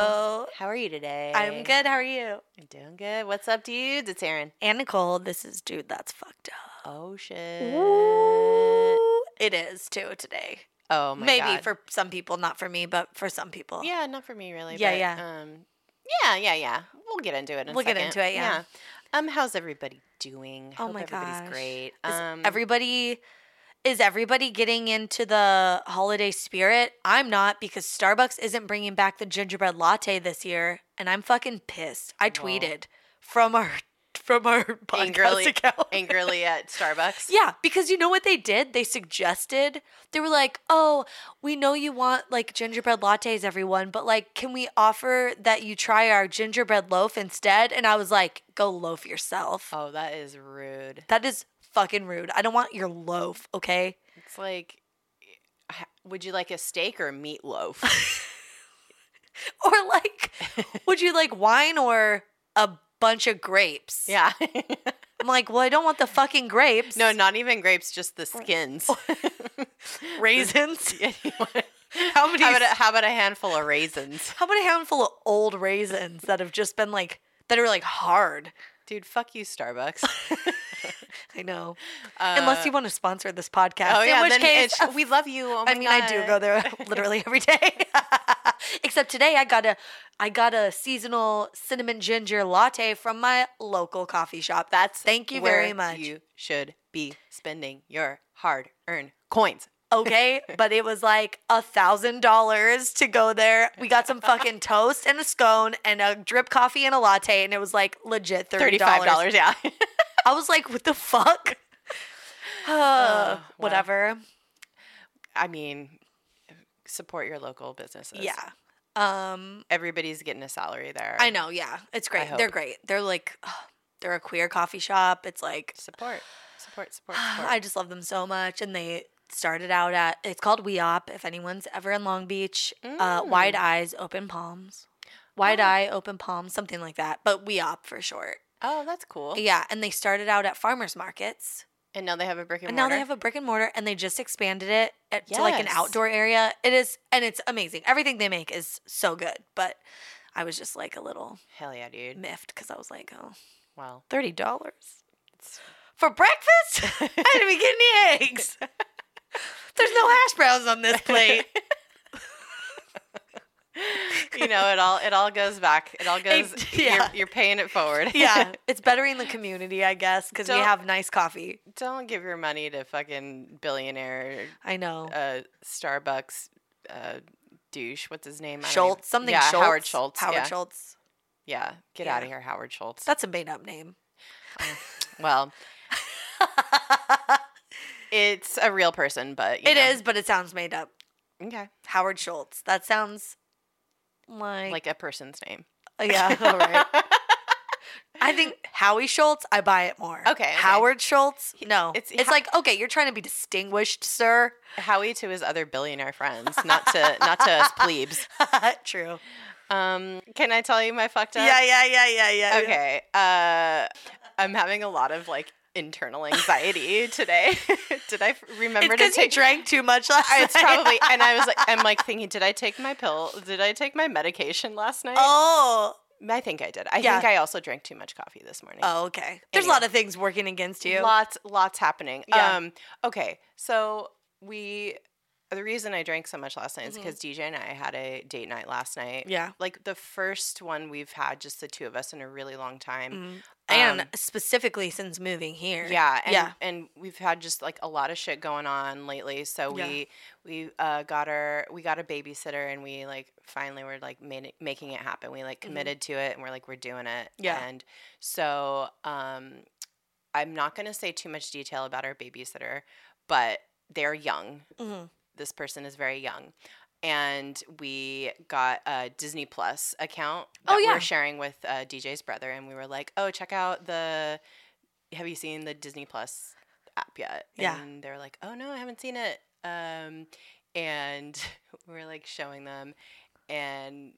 How are you today? I'm good. How are you? I'm doing good. What's up, dudes? It's Aaron. And Nicole, this is dude. That's fucked up. Oh shit. Ooh, it is too today. Oh my Maybe god. for some people, not for me, but for some people. Yeah, not for me really. Yeah, but, yeah. Um, yeah, yeah, yeah. We'll get into it. In a We'll get second. into it, yeah. Um, how's everybody doing? Oh Hope my everybody's gosh. great. Is um, everybody is everybody getting into the holiday spirit? I'm not because Starbucks isn't bringing back the gingerbread latte this year, and I'm fucking pissed. I Whoa. tweeted from our from our podcast Angrily- account. angrily at Starbucks. Yeah, because you know what they did? They suggested they were like, "Oh, we know you want like gingerbread lattes, everyone, but like, can we offer that you try our gingerbread loaf instead?" And I was like, "Go loaf yourself." Oh, that is rude. That is fucking rude. I don't want your loaf, okay? It's like, h- would you like a steak or a meatloaf? Or like, would you like wine or a bunch of grapes? yeah. I'm like, well, I don't want the fucking grapes. no, not even grapes, just the skins. raisins. how many How s- about, a, how about a handful of raisins? How about a handful of old raisins that have just been like that are like hard? Dude, fuck you, Starbucks. I know. Unless you want to sponsor this podcast. Uh, Oh in yeah, which then case, it's- we love you. Oh I my mean, I do God. go there literally every day. Except today, I got a, I got a seasonal cinnamon ginger latte from my local coffee shop. That's thank you very where much. You should be spending your hard-earned coins. okay, but it was like a thousand dollars to go there. We got some fucking toast and a scone and a drip coffee and a latte, and it was like legit thirty Thirty-five dollars. dollars. Yeah. I was like, what the fuck? Uh, wow. Whatever. I mean, support your local businesses. Yeah. Um, Everybody's getting a salary there. I know. Yeah, it's great. They're hope. great. They're like, ugh, they're a queer coffee shop. It's like, Support. Support. Support. Support. I just love them so much, and they started out at it's called Weop. If anyone's ever in Long Beach, uh, Mm. Wide Eyes, Open Palms, Wide Oh. Eye, Open Palms, something like that. But Weop for short. oh, that's cool. Yeah, and they started out at farmers markets, And now they have a brick and, and now mortar. they have a brick and mortar, and they just expanded it at, to like an Yes. outdoor area. It is, and it's amazing. Everything they make is so good, but. I was just like a little Hell yeah, dude. miffed because I was like, oh, Wow. Thirty dollars It's- for breakfast? I didn't even get any eggs. There's no hash browns on this plate. you know, it all it all goes back. It all goes. yeah. You're, you're paying it forward. yeah, it's bettering the community, I guess, because we Don't- have nice coffee. Don't give your money to fucking billionaire I know. uh, Starbucks uh, douche. What's his name? I don't Schultz, even- something. Yeah, Schultz. Howard Schultz. Howard yeah. Schultz. Yeah, get out of Yeah. here, Howard Schultz. That's a made-up name. well, it's a real person, but you It is, know. but it sounds made up. okay, Howard Schultz. That sounds like, like a person's name. yeah, all right. I think Howie Schultz, I buy it more. Okay, okay. Howard Schultz, no. It's, it's- ha- like, okay, you're trying to be distinguished, sir. Howie to his other billionaire friends, not to not to us plebes. True. Um, can I tell you my fucked up? Yeah, yeah, yeah, yeah, yeah. yeah. Okay. Uh, I'm having a lot of like internal anxiety today. Did I f- remember to It's because you take? drank too much last I- It's night. probably, and I was like, I'm like thinking, did I take my pill? Did I take my medication last night? oh. I think I did. I Yeah. think I also drank too much coffee this morning. Oh, okay. There's a Anyway. lot of things working against you. Lots, lots happening. Yeah. Um, okay, so we, the reason I drank so much last night is because DJ and I had a date night last night. Mm-hmm. Yeah. Like the first one we've had, just the two of us in a really long time. Mm. And Um, specifically since moving here. Yeah, and, yeah. and we've had just like a lot of shit going on lately. So Yeah. we we uh, got our we got a babysitter, and we like finally were like made it, making it happen. We like Mhm. committed to it, and we're like we're doing it. Yeah. and so um, I'm not gonna say too much detail about our babysitter, but they're young. Mhm. This person is very young. And we got a Disney Plus account that Oh, yeah. we're sharing with uh, DJ's brother, and we were like, "Oh, check out the have you seen the Disney Plus app yet? Yeah. And they're like, oh no, I haven't seen it. Um, and we're like showing them, and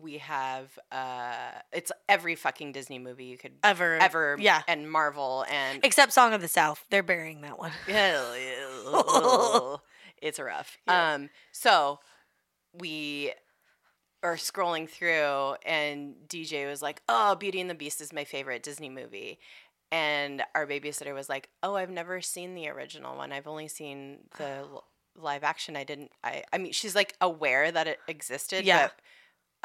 we have uh, it's every fucking Disney movie you could Ever. ever, Yeah. and Marvel and Except Song of the South. They're burying that one. it's rough. Yeah. Um, so we or scrolling through, and DJ was like, "Oh, Beauty and the Beast is my favorite Disney movie." And our babysitter was like, "Oh, I've never seen the original one. I've only seen the l- live action. I didn't. I. I mean, she's like aware that it existed, Yeah. but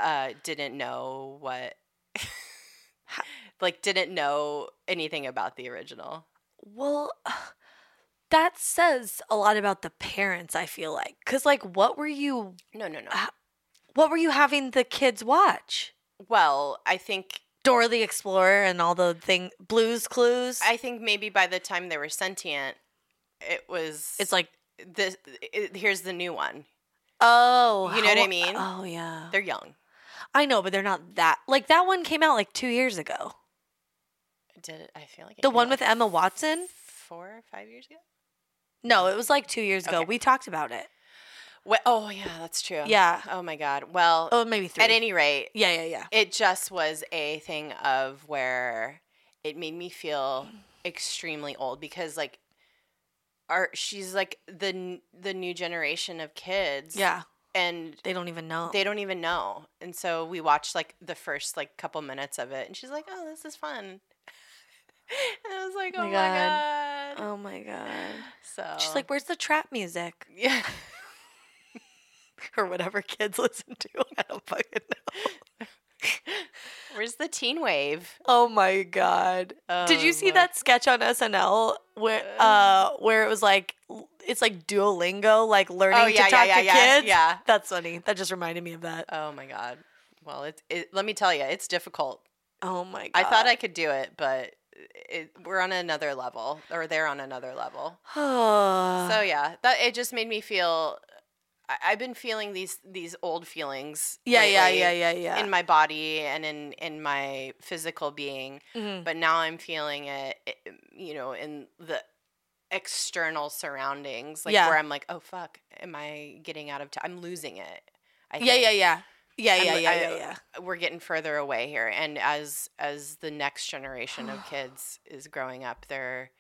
uh, didn't know what. like, didn't know anything about the original. Well, that says a lot about the parents, I feel like. Cuz like what were you No, no, no. Ah. what were you having the kids watch? Well, I think Dora the Explorer and all the thing Blues Clues. I think maybe by the time they were sentient, it was. it's like, this. It, here's the new one. oh, You know what I how- mean? Oh yeah. They're young. I know, but they're not that. Like that one came out like 2 years ago. Did it, I feel like it The came one out with Emma Watson? four or five years ago? No, it was like 2 years ago. Okay. We talked about it. Well, oh yeah, that's true. Yeah. Oh my God. Well, Oh, maybe 3. at any rate, yeah, yeah, yeah. it just was a thing of where it made me feel extremely old because like, our she's like the n- the new generation of kids. Yeah. And They don't even know. they don't even know. And so we watched like the first like couple minutes of it, and she's like, "Oh, this is fun." and I was like, "Oh My my God. god!" oh my god. So She's like, "Where's the trap music?" "Yeah." or whatever kids listen to. I don't fucking know. Where's the teen wave? Oh my god. Did you see Um, that sketch on SNL where uh uh, where it was like l- it's like Duolingo, like learning Oh yeah, yeah, to talk yeah, to yeah, kids? yeah. That's funny. That just reminded me of that. Oh my god. Well, it's it, let me tell you, it's difficult. Oh my god. I thought I could do it, but it, we're on another level, or they're on another level. so so yeah, that it just made me feel. I, I've been feeling these these old feelings. yeah, yeah, lately. yeah, yeah, yeah. in my body and in in my physical being Mhm. but now i'm feeling it, i- you know in the external surroundings like Yeah. where i'm like oh fuck am i getting out of time i'm losing it I Yeah, yeah, think. yeah. Yeah, I'm yeah, li- yeah, I- yeah, yeah. we're getting further away here and as as the next generation of kids is growing up they're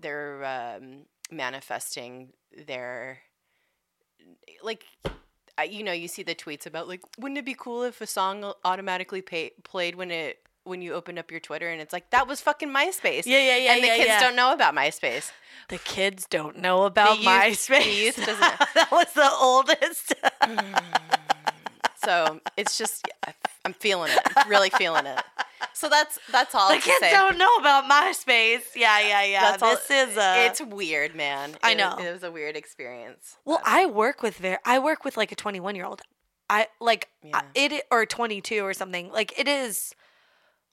they're um, manifesting their like I- you know you see the tweets about like wouldn't it be cool if a song automatically pay, played when it when you opened up your twitter and it's like that was fucking myspace Yeah, yeah, yeah. and the yeah, kids yeah. don't know about myspace The kids don't know about youth- MySpace. the youth doesn't- that was the oldest. so it's just i'm feeling it really feeling it so that's that's all I the can say. kids don't know about MySpace. Yeah, yeah, yeah. That's all- this is a. it's weird, man. I It- know. it was a weird experience. well, but- I work with very. I work with like a 21 year old. I like I- it or 22 or something. Like it is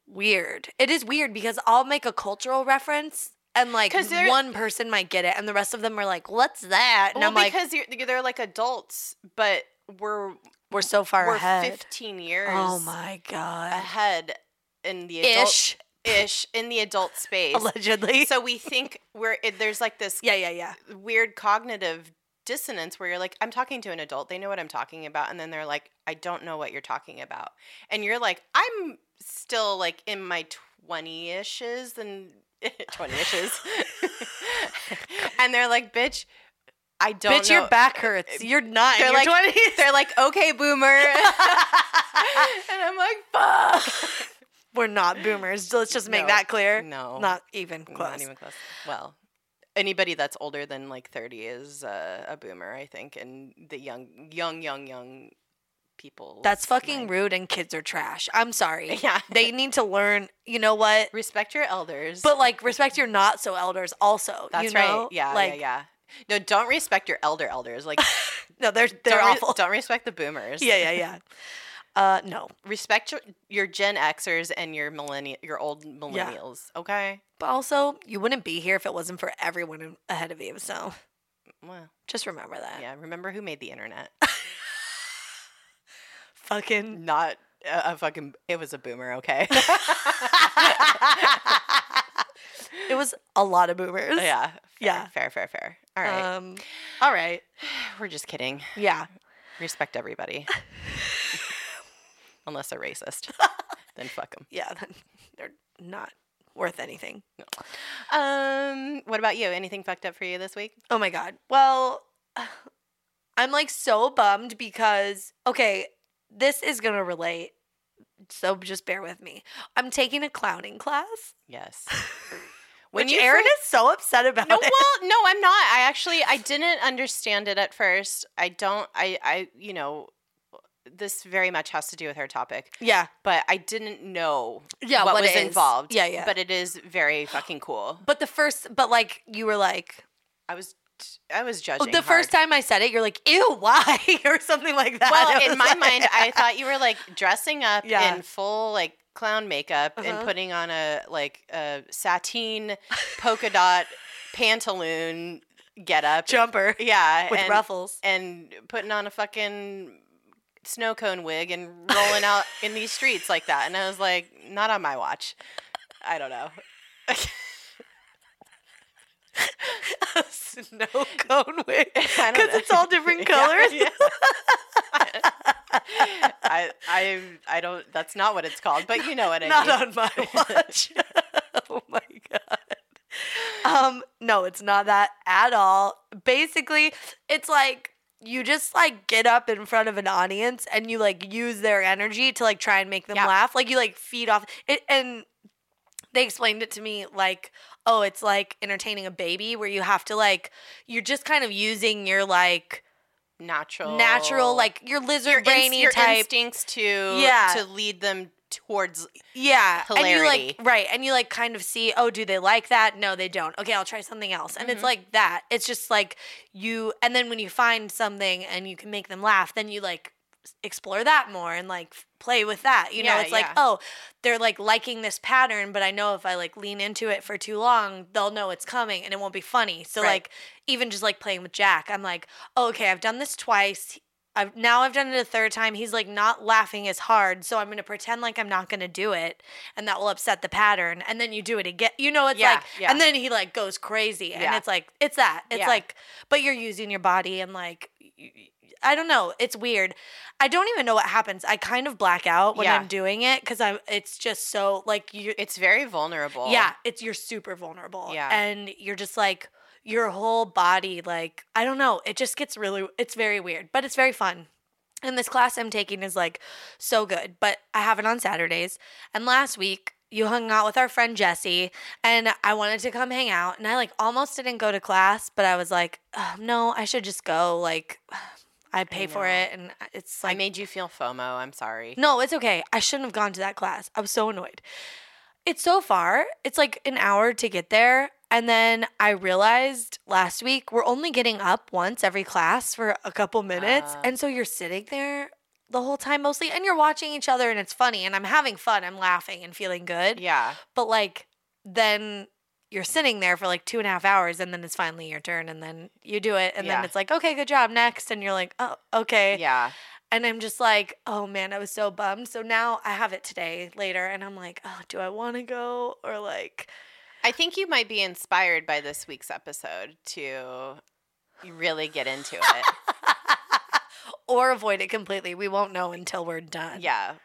weird. It is weird because I'll make a cultural reference and like 'Cause they're- one person might get it and the rest of them are like, "What's that?" And well, I'm like, because you're, you're- they're like adults, but we're "We're so far we're ahead." 15 years Oh my god. ahead in the adult Ish, ish in the adult space. allegedly. so we think we're it, there's like this yeah, yeah, yeah. weird cognitive dissonance where you're like I'm talking to an adult, they know what I'm talking about and then they're like I don't know what you're talking about. And you're like I'm still like in my 20ishes and 20ishes. and they're like bitch I don't Bitch, know Uh, your back hurts. You're not in They're your like- 20s. they're like okay boomer. and I'm like fuck. We're not boomers. Let's just make No. that clear. No. Not even close. Not even close. Well, anybody that's older than like 30 is uh, a boomer, I think, and the young, young, young, young people. That's fucking rude and kids are trash. I'm sorry. Yeah. They need to learn, you know what? Respect your elders. But like respect your not so elders also. that's you right. know? Yeah, Like yeah, yeah. No, don't respect your elder elders. Like no, they're they're don't re- awful. don't respect the boomers. yeah, yeah, yeah. Uh no. Respect your, your Gen Xers and your millennial, your old millennials. Okay. But also, you wouldn't be here if it wasn't for everyone in- ahead of you. So Well, just remember that. yeah. Remember who made the internet? Fucking Not a, a fucking. It was a boomer. Okay. it was a lot of boomers. Oh, yeah. Fair, Yeah. Fair, fair, fair. All right. Um all right. We're just kidding. Yeah. Respect everybody. Unless they're racist. then fuck them. Yeah, then they're not worth anything. Um, what about you? Anything fucked up for you this week? Oh my god. Well, I'm like so bummed because okay, this is going to relate. So just bear with me. I'm taking a clowning class. Yes. When which Aaron fir- is so upset about no, it. well, no, I'm not. I actually I didn't understand it at first. I don't. I I you know, this very much has to do with her topic, yeah. but I didn't know Yeah. what, what was it is. involved. Yeah. Yeah. But it is very fucking cool. But the first, but like you were like I was I was oh, judging the first hard. time I said it, you're like ew, why or something like that. It Well, in was my like- mind, I thought you were like dressing up Yeah. in full like clown makeup and Uh-huh. putting on a like a sateen polka dot pantaloon getup. jumper Yeah, with and, ruffles. and putting on a fucking snow cone wig and rolling out in these streets like that. And I was like, not on my watch. I don't know. A snow cone wig I don't because know. it's all different Yeah, colors. yeah. I, I, I don't. That's not what it's called, but you know what I Not mean. on my watch. oh my god. Um, no, it's not that at all. Basically, it's like you just like get up in front of an audience and you like use their energy to like try and make them Yeah. laugh. Like you like feed off it and they explained it to me like, oh, it's like entertaining a baby where you have to like you're just kind of using your like natural, natural, like your lizard Oh. your, brainy brainy your type instincts to Yeah. to lead them towards. Yeah. And you hilarity. like right, and you like kind of see, oh, do they like that? No, they don't. Okay, I'll try something else. And it's Mhm. like that. It's just like you and then when you find something and you can make them laugh, then you like s- explore that more and like f- play with that. You know, Yeah, it's like, yeah. oh, they're like liking this pattern, but I know if I like lean into it for too long, they'll know it's coming and it won't be funny. So Right. like even just like playing with Jack, I'm like, oh, okay, I've done this twice. I've now I've done it a third time. He's like not laughing as hard, so I'm gonna pretend like I'm not gonna do it, and that will upset the pattern. And then you do it again. You know, it's Yeah, like, yeah. and then he like goes crazy, and Yeah. it's like it's that. It's Yeah. like, but you're using your body and like. y- y- I don't know. It's weird. I don't even know what happens. I kind of black out when Yeah. I'm doing it because I'm. It's just so like you. It's very vulnerable. Yeah, it's you're super vulnerable. Yeah. And you're just like your whole body, like, I don't know. It just gets really it's very weird, but it's very fun. And this class I'm taking is like so good. But I have it on Saturdays. And last week you hung out with our friend Jesse and I wanted to come hang out and I like almost didn't go to class, but I was like, oh, no, I should just go. Like I pay for know. it and it's I like made you feel FOMO. I'm sorry. no, it's okay. I shouldn't have gone to that class. I was so annoyed. It's so far. It's like an hour to get there. And then I realized last week we're only getting up once every class for a couple minutes. Ah. and so you're sitting there the whole time mostly and you're watching each other and it's funny and I'm having fun. I'm laughing and feeling good. Yeah. But like then you're sitting there for like two and a half hours and then it's finally your turn and then you do it. And Yeah. then it's like, okay, good job. Next. And you're like, oh, okay. Yeah. And I'm just like, oh man, I was so bummed. So now I have it today later, and I'm like, oh, do I want to go or like, I think you might be inspired by this week's episode to really get into it. or avoid it completely? We won't know until we're done. yeah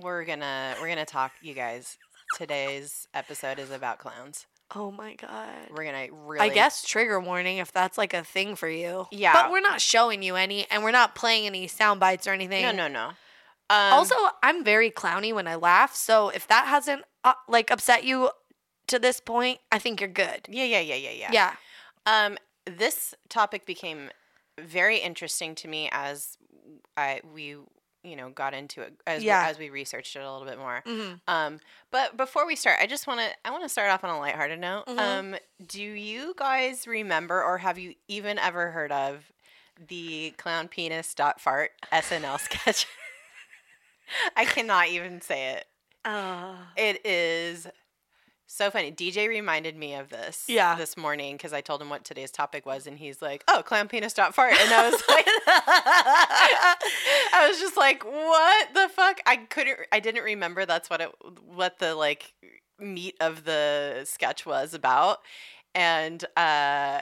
we're gonna we're gonna talk you guys today's episode is about clowns Oh my god. we're gonna really I guess trigger warning if that's like a thing for you. Yeah. But we're not showing you any, and we're not playing any sound bites or anything. no no no um, also, I'm very clowny when I laugh, so if that hasn't uh, like upset you to this point, I think you're good. yeah yeah yeah yeah yeah Yeah. um this topic became very interesting to me as i we you know got into it as, Yeah. as we researched it a little bit more hmm um but before we start i just want to i want to start off on a lighthearted note Mhm. um do you guys remember or have you even ever heard of the clown penis dot fart snl sketch i cannot even say it it is so funny. DJ reminded me of this Yeah. this morning because I told him what today's topic was, and he's like, "Oh, clown penis dot fart," and I was like, I was just like, "What the fuck?" I couldn't. I didn't remember that's what it what the like meat of the sketch was about, and uh,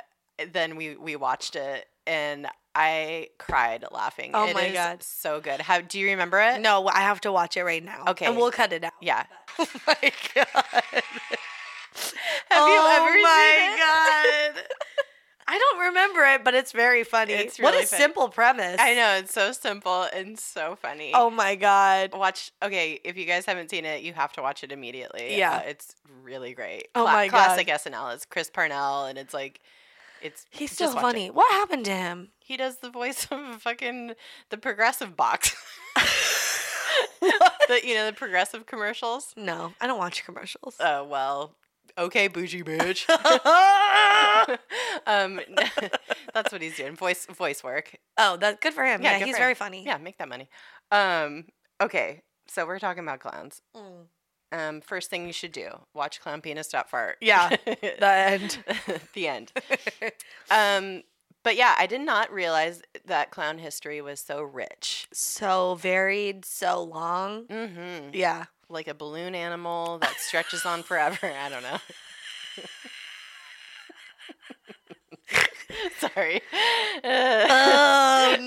then we we watched it and. I cried laughing. Oh It my is God. so good! How do you remember it? No, I have to watch it right now. Okay. And we'll cut it out. Yeah. Oh my god. Have Oh you ever my seen it? god. I don't remember it, but it's very funny. It's what really a funny. simple premise. I know it's so simple and so funny. Oh my god. watch okay if you guys haven't seen it you have to watch it immediately Yeah. Uh, it's really great Oh my classic snl it's chris parnell and it's like it's He's so just watch it. funny. What happened to him? he does the voice of fucking the progressive box the, you know the progressive commercials No, I don't watch commercials. uh well okay bougie bitch oh, um that's what he's doing voice voice work Oh, that's good for him. Yeah, Yeah, good he's for very him. funny. yeah make that money um okay so we're talking about clowns Mm. um first thing you should do watch clown penis dot fart Yeah, The end. the end. Um, but yeah, I did not realize that clown history was so rich. so varied, so long. hmm Yeah. Like a balloon animal that stretches on forever. I don't know. Sorry. Oh Off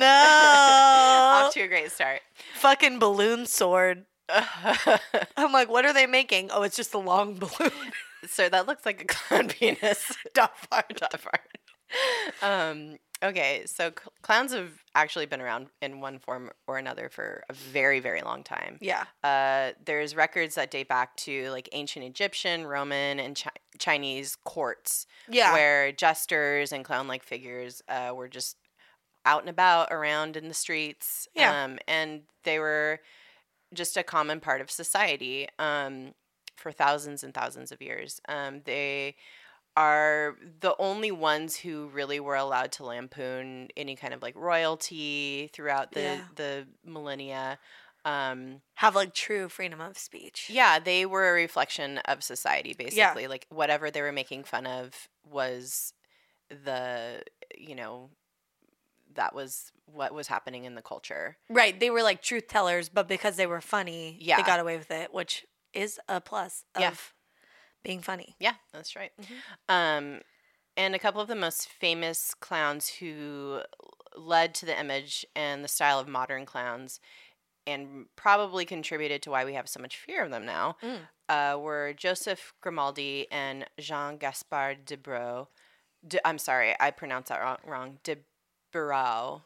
no. to a great start. Fucking balloon sword. I'm like, what are they making? Oh, it's just a long balloon. so that looks like a clown penis. Dot fart. Dot fart. Um, okay, so cl- clowns have actually been around in one form or another for a very, very long time. yeah. Uh, there's records that date back to like ancient Egyptian, Roman, and chi- Chinese courts Yeah. where jesters and clown like figures uh, were just out and about around in the streets. Yeah. Um, and they were just a common part of society um, for thousands and thousands of years. Um, they are the only ones who really were allowed to lampoon any kind of like royalty throughout the, Yeah. the millennia. Um, Have like true freedom of speech. yeah, they were a reflection of society, Yeah. basically. Like whatever they were making fun of was the, you know, that was what was happening in the culture. Right. They were like truth tellers, but because they were funny, Yeah. they got away with it, which is a plus of Yeah. being funny. Yeah, that's right. Mhm. Um, and a couple of the most famous clowns who led to the image and the style of modern clowns and probably contributed to why we have so much fear of them now Mm. uh, were Joseph Grimaldi and Jean Gaspard de Bro. De, I'm sorry, I pronounced that wrong. wrong. De Barau.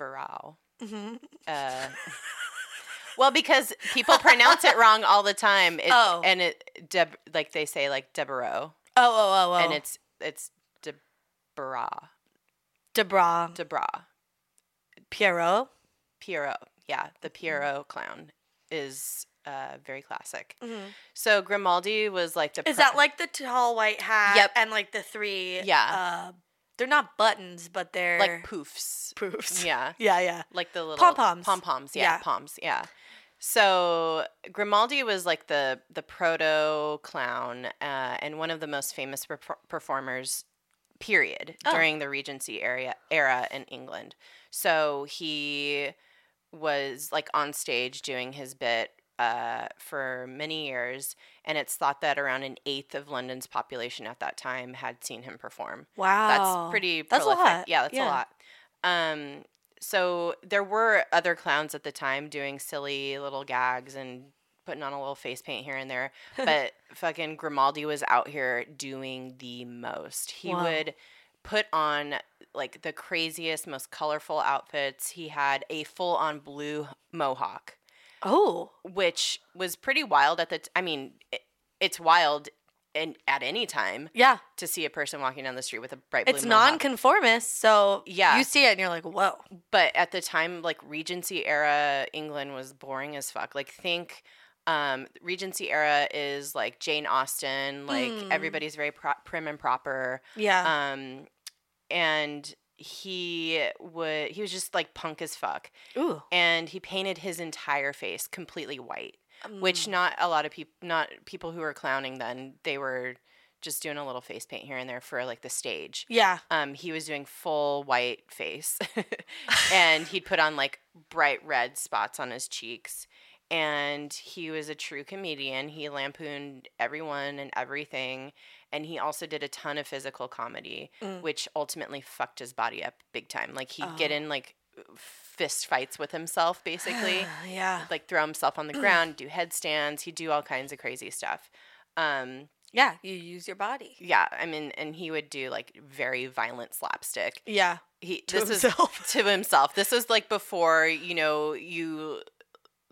Barau. hmm Uh, well, because people pronounce it wrong all the time. It, Oh. And it, de, like they say, like Deborah, Oh, oh, oh, oh. and it's it's Debra, Debra Debra, Pierrot. Pierrot. Yeah, the Pierrot clown is uh, very classic. Mhm. So Grimaldi was like the Is pre- that like the tall white hat? Yep. And like the three. Yeah. Uh, they're not buttons, but they're like poofs? poofs. Yeah, Yeah, yeah. like the little Pom-poms. Pom poms, yeah, Yeah. poms, yeah. So Grimaldi was like the the proto clown uh, and one of the most famous perfor- performers, period, Oh. during the Regency area era in England. So he was like on stage doing his bit uh, for many years, and it's thought that around an eighth of London's population at that time had seen him perform. Wow. That's pretty Oh, That's a prolific. lot. Yeah, that's Yeah. a lot. Um, so there were other clowns at the time doing silly little gags and putting on a little face paint here and there, but fucking Grimaldi was out here doing the most. He Wow. would put on like the craziest, most colorful outfits. He had a full-on blue mohawk, Oh. which was pretty wild at the t- I mean, it, it's wild and at any time Yeah. to see a person walking down the street with a bright blue It's mohawk. nonconformist, so Yeah. you see it and you're like, whoa. but at the time like regency era england was boring as fuck like think um regency era is like jane austen like Mm. everybody's very pro- prim and proper Yeah. um and he would he was just like punk as fuck Ooh. and he painted his entire face completely white Um, which not a lot of people not people who were clowning then they were just doing a little face paint here and there for like the stage Yeah. um, he was doing full white face and he'd put on like bright red spots on his cheeks and he was a true comedian he lampooned everyone and everything and he also did a ton of physical comedy Mm. which ultimately fucked his body up big time like he'd get Oh. in like fist fights with himself basically yeah. like throw himself on the ground do headstands he'd do all kinds of crazy stuff um, Yeah, you use your body. Yeah, I mean, and he would do like very violent slapstick. Yeah, He to this himself. is to himself. This was like before you know you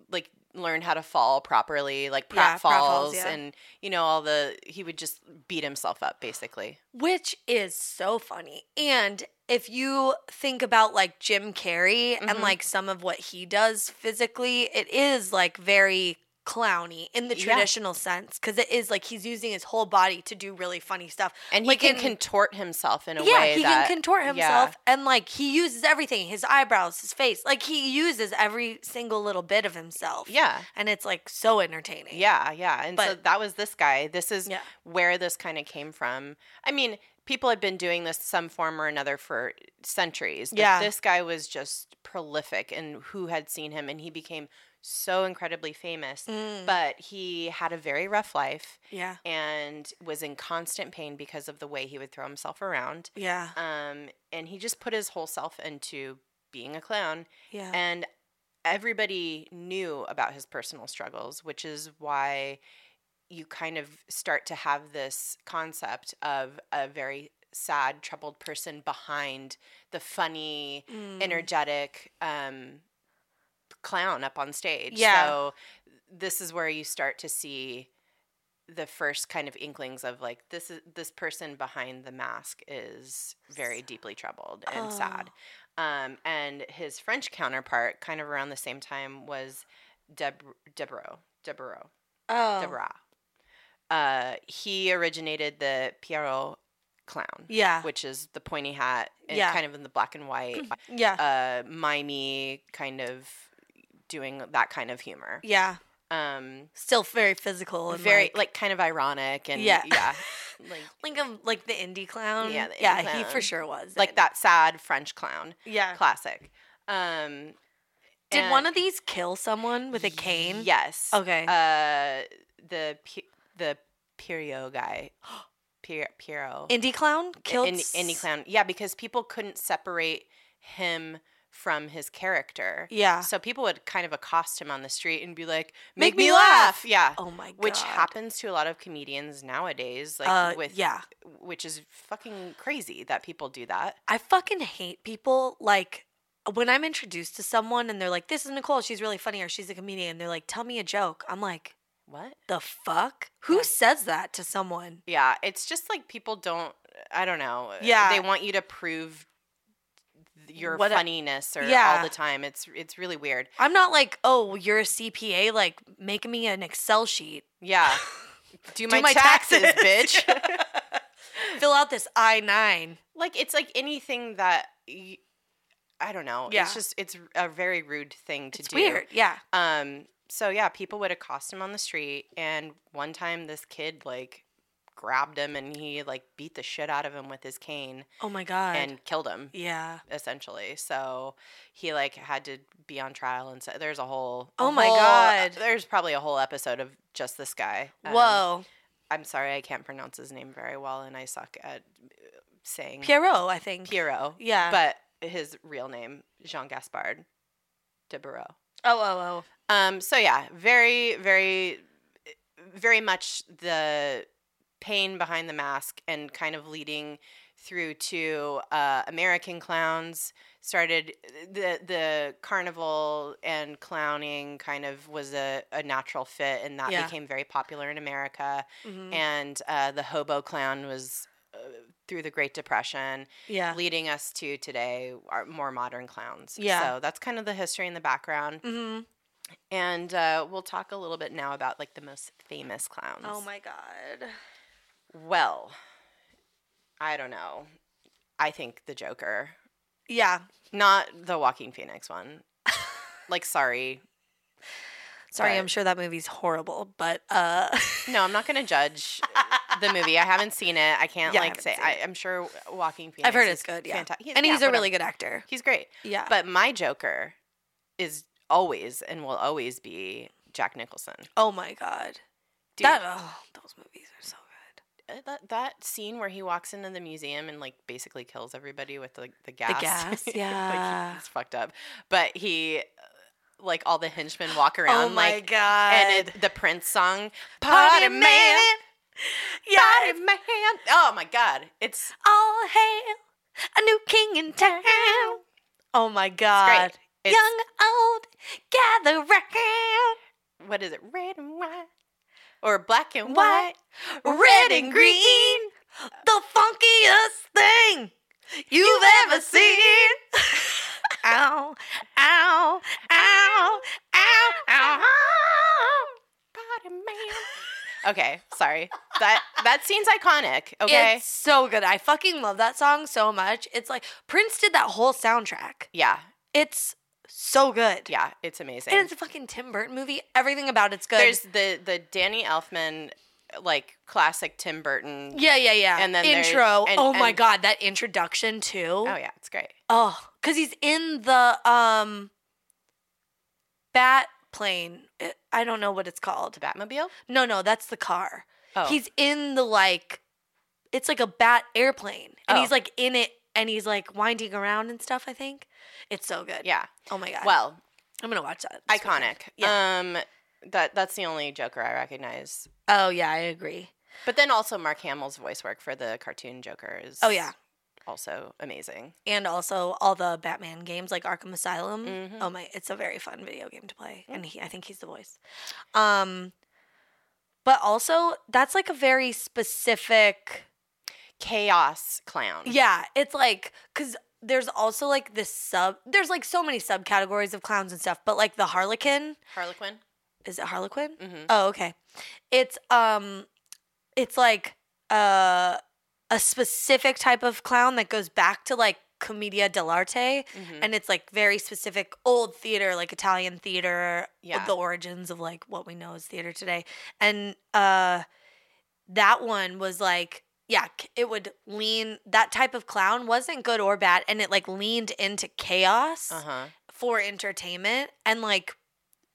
like learn how to fall properly, like prop Yeah, prop falls, falls, yeah. and you know all the. He would just beat himself up basically. which is so funny. And if you think about like Jim Carrey and Mhm. like some of what he does physically, it is like very clowny in the Yeah. traditional sense because it is like he's using his whole body to do really funny stuff. And he Like can in- contort himself in a yeah, way he that can contort yeah. himself and like he uses everything, his eyebrows, his face. Like he uses every single little bit of himself. yeah. And it's like so entertaining. Yeah, yeah. And so But- that was this guy. This is Yeah. where this kind of came from. I mean, people had been doing this some form or another for centuries. But Yeah. This guy was just prolific and who had seen him and he became so incredibly famous. Mm, But he had a very rough life yeah. and was in constant pain because of the way he would throw himself around. Yeah. Um, and he just put his whole self into being a clown Yeah. and everybody knew about his personal struggles which is why you kind of start to have this concept of a very sad troubled person behind the funny Mm. energetic um, clown up on stage Yeah. so this is where you start to see the first kind of inklings of like this is this person behind the mask is very deeply troubled oh. and sad um, and his French counterpart, kind of around the same time, was Deb- Deborah. Deborah. Oh. Deborah. Uh, he originated the Pierrot clown, Yeah. which is the pointy hat and Yeah. kind of in the black and white, Yeah. uh, mimey kind of doing that kind of humor. yeah. Um, Still very physical and very like, like, kind of ironic and Yeah. yeah like, think of like the indie clown. Yeah, the indie yeah, he clown. for sure was like it. that sad French clown Yeah. classic. Um, Uh. Did and- one of these kill someone with a cane? Yes. Okay. Uh, the P- the Pierrot guy, Pier- Pierrot, indie clown killed. In- indie clown. Yeah, because people couldn't separate him from his character. Yeah. So people would kind of accost him on the street and be like, Make "Make, me me laugh. laugh." Yeah. Oh my god. Which happens to a lot of comedians nowadays, like Uh, with yeah. which is fucking crazy that people do that. I fucking hate people like when I'm introduced to someone and they're like, "This is Nicole. She's really funny, or she's a comedian." They're like, "Tell me a joke." I'm like, What? "The fuck? Who Yeah. says that to someone?" Yeah, it's just like people don't. I don't know. uh, Yeah. they want you to prove your What a- funniness or Yeah. all the time. It's it's really weird. I'm not like, "Oh, well, you're a CPA. Like, make me an Excel sheet. Yeah, do, my, my taxes, taxes. bitch. Fill out this I nine. like it's like anything that y I don't know. Yeah. It's just it's a very rude thing to It's do. weird. Yeah. Um. So yeah, people would accost him on the street, and one time this kid like grabbed him and he like beat the shit out of him with his cane Oh my god. and killed him. yeah. essentially. So he like had to be on trial, and so there's a whole. a Oh my whole- God. There's probably a whole episode of just this guy. Um, Whoa. I'm sorry, I can't pronounce his name very well, and I suck at uh, saying Pierrot, I think. Pierrot. Yeah. But his real name Jean Gaspard de Barreau. oh, oh, oh. Um. So yeah, very, very, very much the pain behind the mask, and kind of leading through to uh, American clowns. Started the the carnival and clowning kind of was a, a natural fit, and that Yeah. became very popular in America. Mhm. And uh, the hobo clown was. Uh, through the Great Depression, Yeah. leading us to today, our more modern clowns. Yeah. So that's kind of the history and the background. hmm And uh, we'll talk a little bit now about like the most famous clowns. Oh my god. Well, I don't know. I think the Joker, Yeah. not the Walking Phoenix one. like, sorry, Sorry, But- I'm sure that movie's horrible, but uh no, I'm not gonna judge the movie. I haven't seen it. I can't Yeah, I like haven't say. seen I, it. I'm sure Walking Phoenix. I've heard is it's good, yeah. fanta- he- and yeah, he's a whatever. really good actor. He's great. Yeah. But my Joker is always and will always be Jack Nicholson. oh my god. Dude. That oh, those movies are so good. Uh, that that scene where he walks into the museum and like basically kills everybody with the the gas. gas, Like, yeah. he's fucked up. But he uh, like all the henchmen walk around oh my like god. and it, the Prince song Party Party man. man. Pot yeah. in my hand. Oh my God. It's All hail a new king in town. Oh my God. It's- Young, old, gather round. what is it? Red and white. Or black and white. White, red and green, the funkiest thing you've ever seen. ow, ow, ow, ow, ow. Body man. Okay, sorry. That that scene's iconic. Okay. It's so good. I fucking love that song so much. It's like Prince did that whole soundtrack. yeah, It's so good. yeah, it's amazing. And it's a fucking Tim Burton movie. Everything about it's good. There's the the Danny Elfman like classic Tim Burton. yeah, yeah, yeah. and then there's- intro. and- oh my and- god, that introduction too. Oh yeah, it's great. Oh, because he's in the um bat plane. I- I don't know what it's called. The Batmobile. No, no, that's the car. Oh, He's in the like, it's like a bat airplane, and he's Oh. like in it, and he's like winding around and stuff. I think it's so good. yeah. Oh my god. Well, I'm gonna watch that. this weekend. iconic. Um, that that's the only Joker I recognize. Oh yeah, I agree. But then also Mark Hamill's voice work for the cartoon Joker is Oh, yeah. also amazing. And also all the Batman games like Arkham Asylum. Mhm. Oh my, it's a very fun video game to play, and he, I think he's the voice. Um, but also that's like a very specific. Chaos clown. Yeah, it's like because there's also like this sub. There's like so many subcategories of clowns and stuff, but like the Harlequin Harlequin. is it Harlequin? Mm-hmm. Oh, okay. It's um, it's like uh, a specific type of clown that goes back to like commedia dell'arte hmm and it's like very specific old theater like italian theater Yeah. the origins of like what we know as theater today and uh that one was like yeah c- it would lean that type of clown wasn't good or bad and it like leaned into chaos Uh huh. for entertainment and like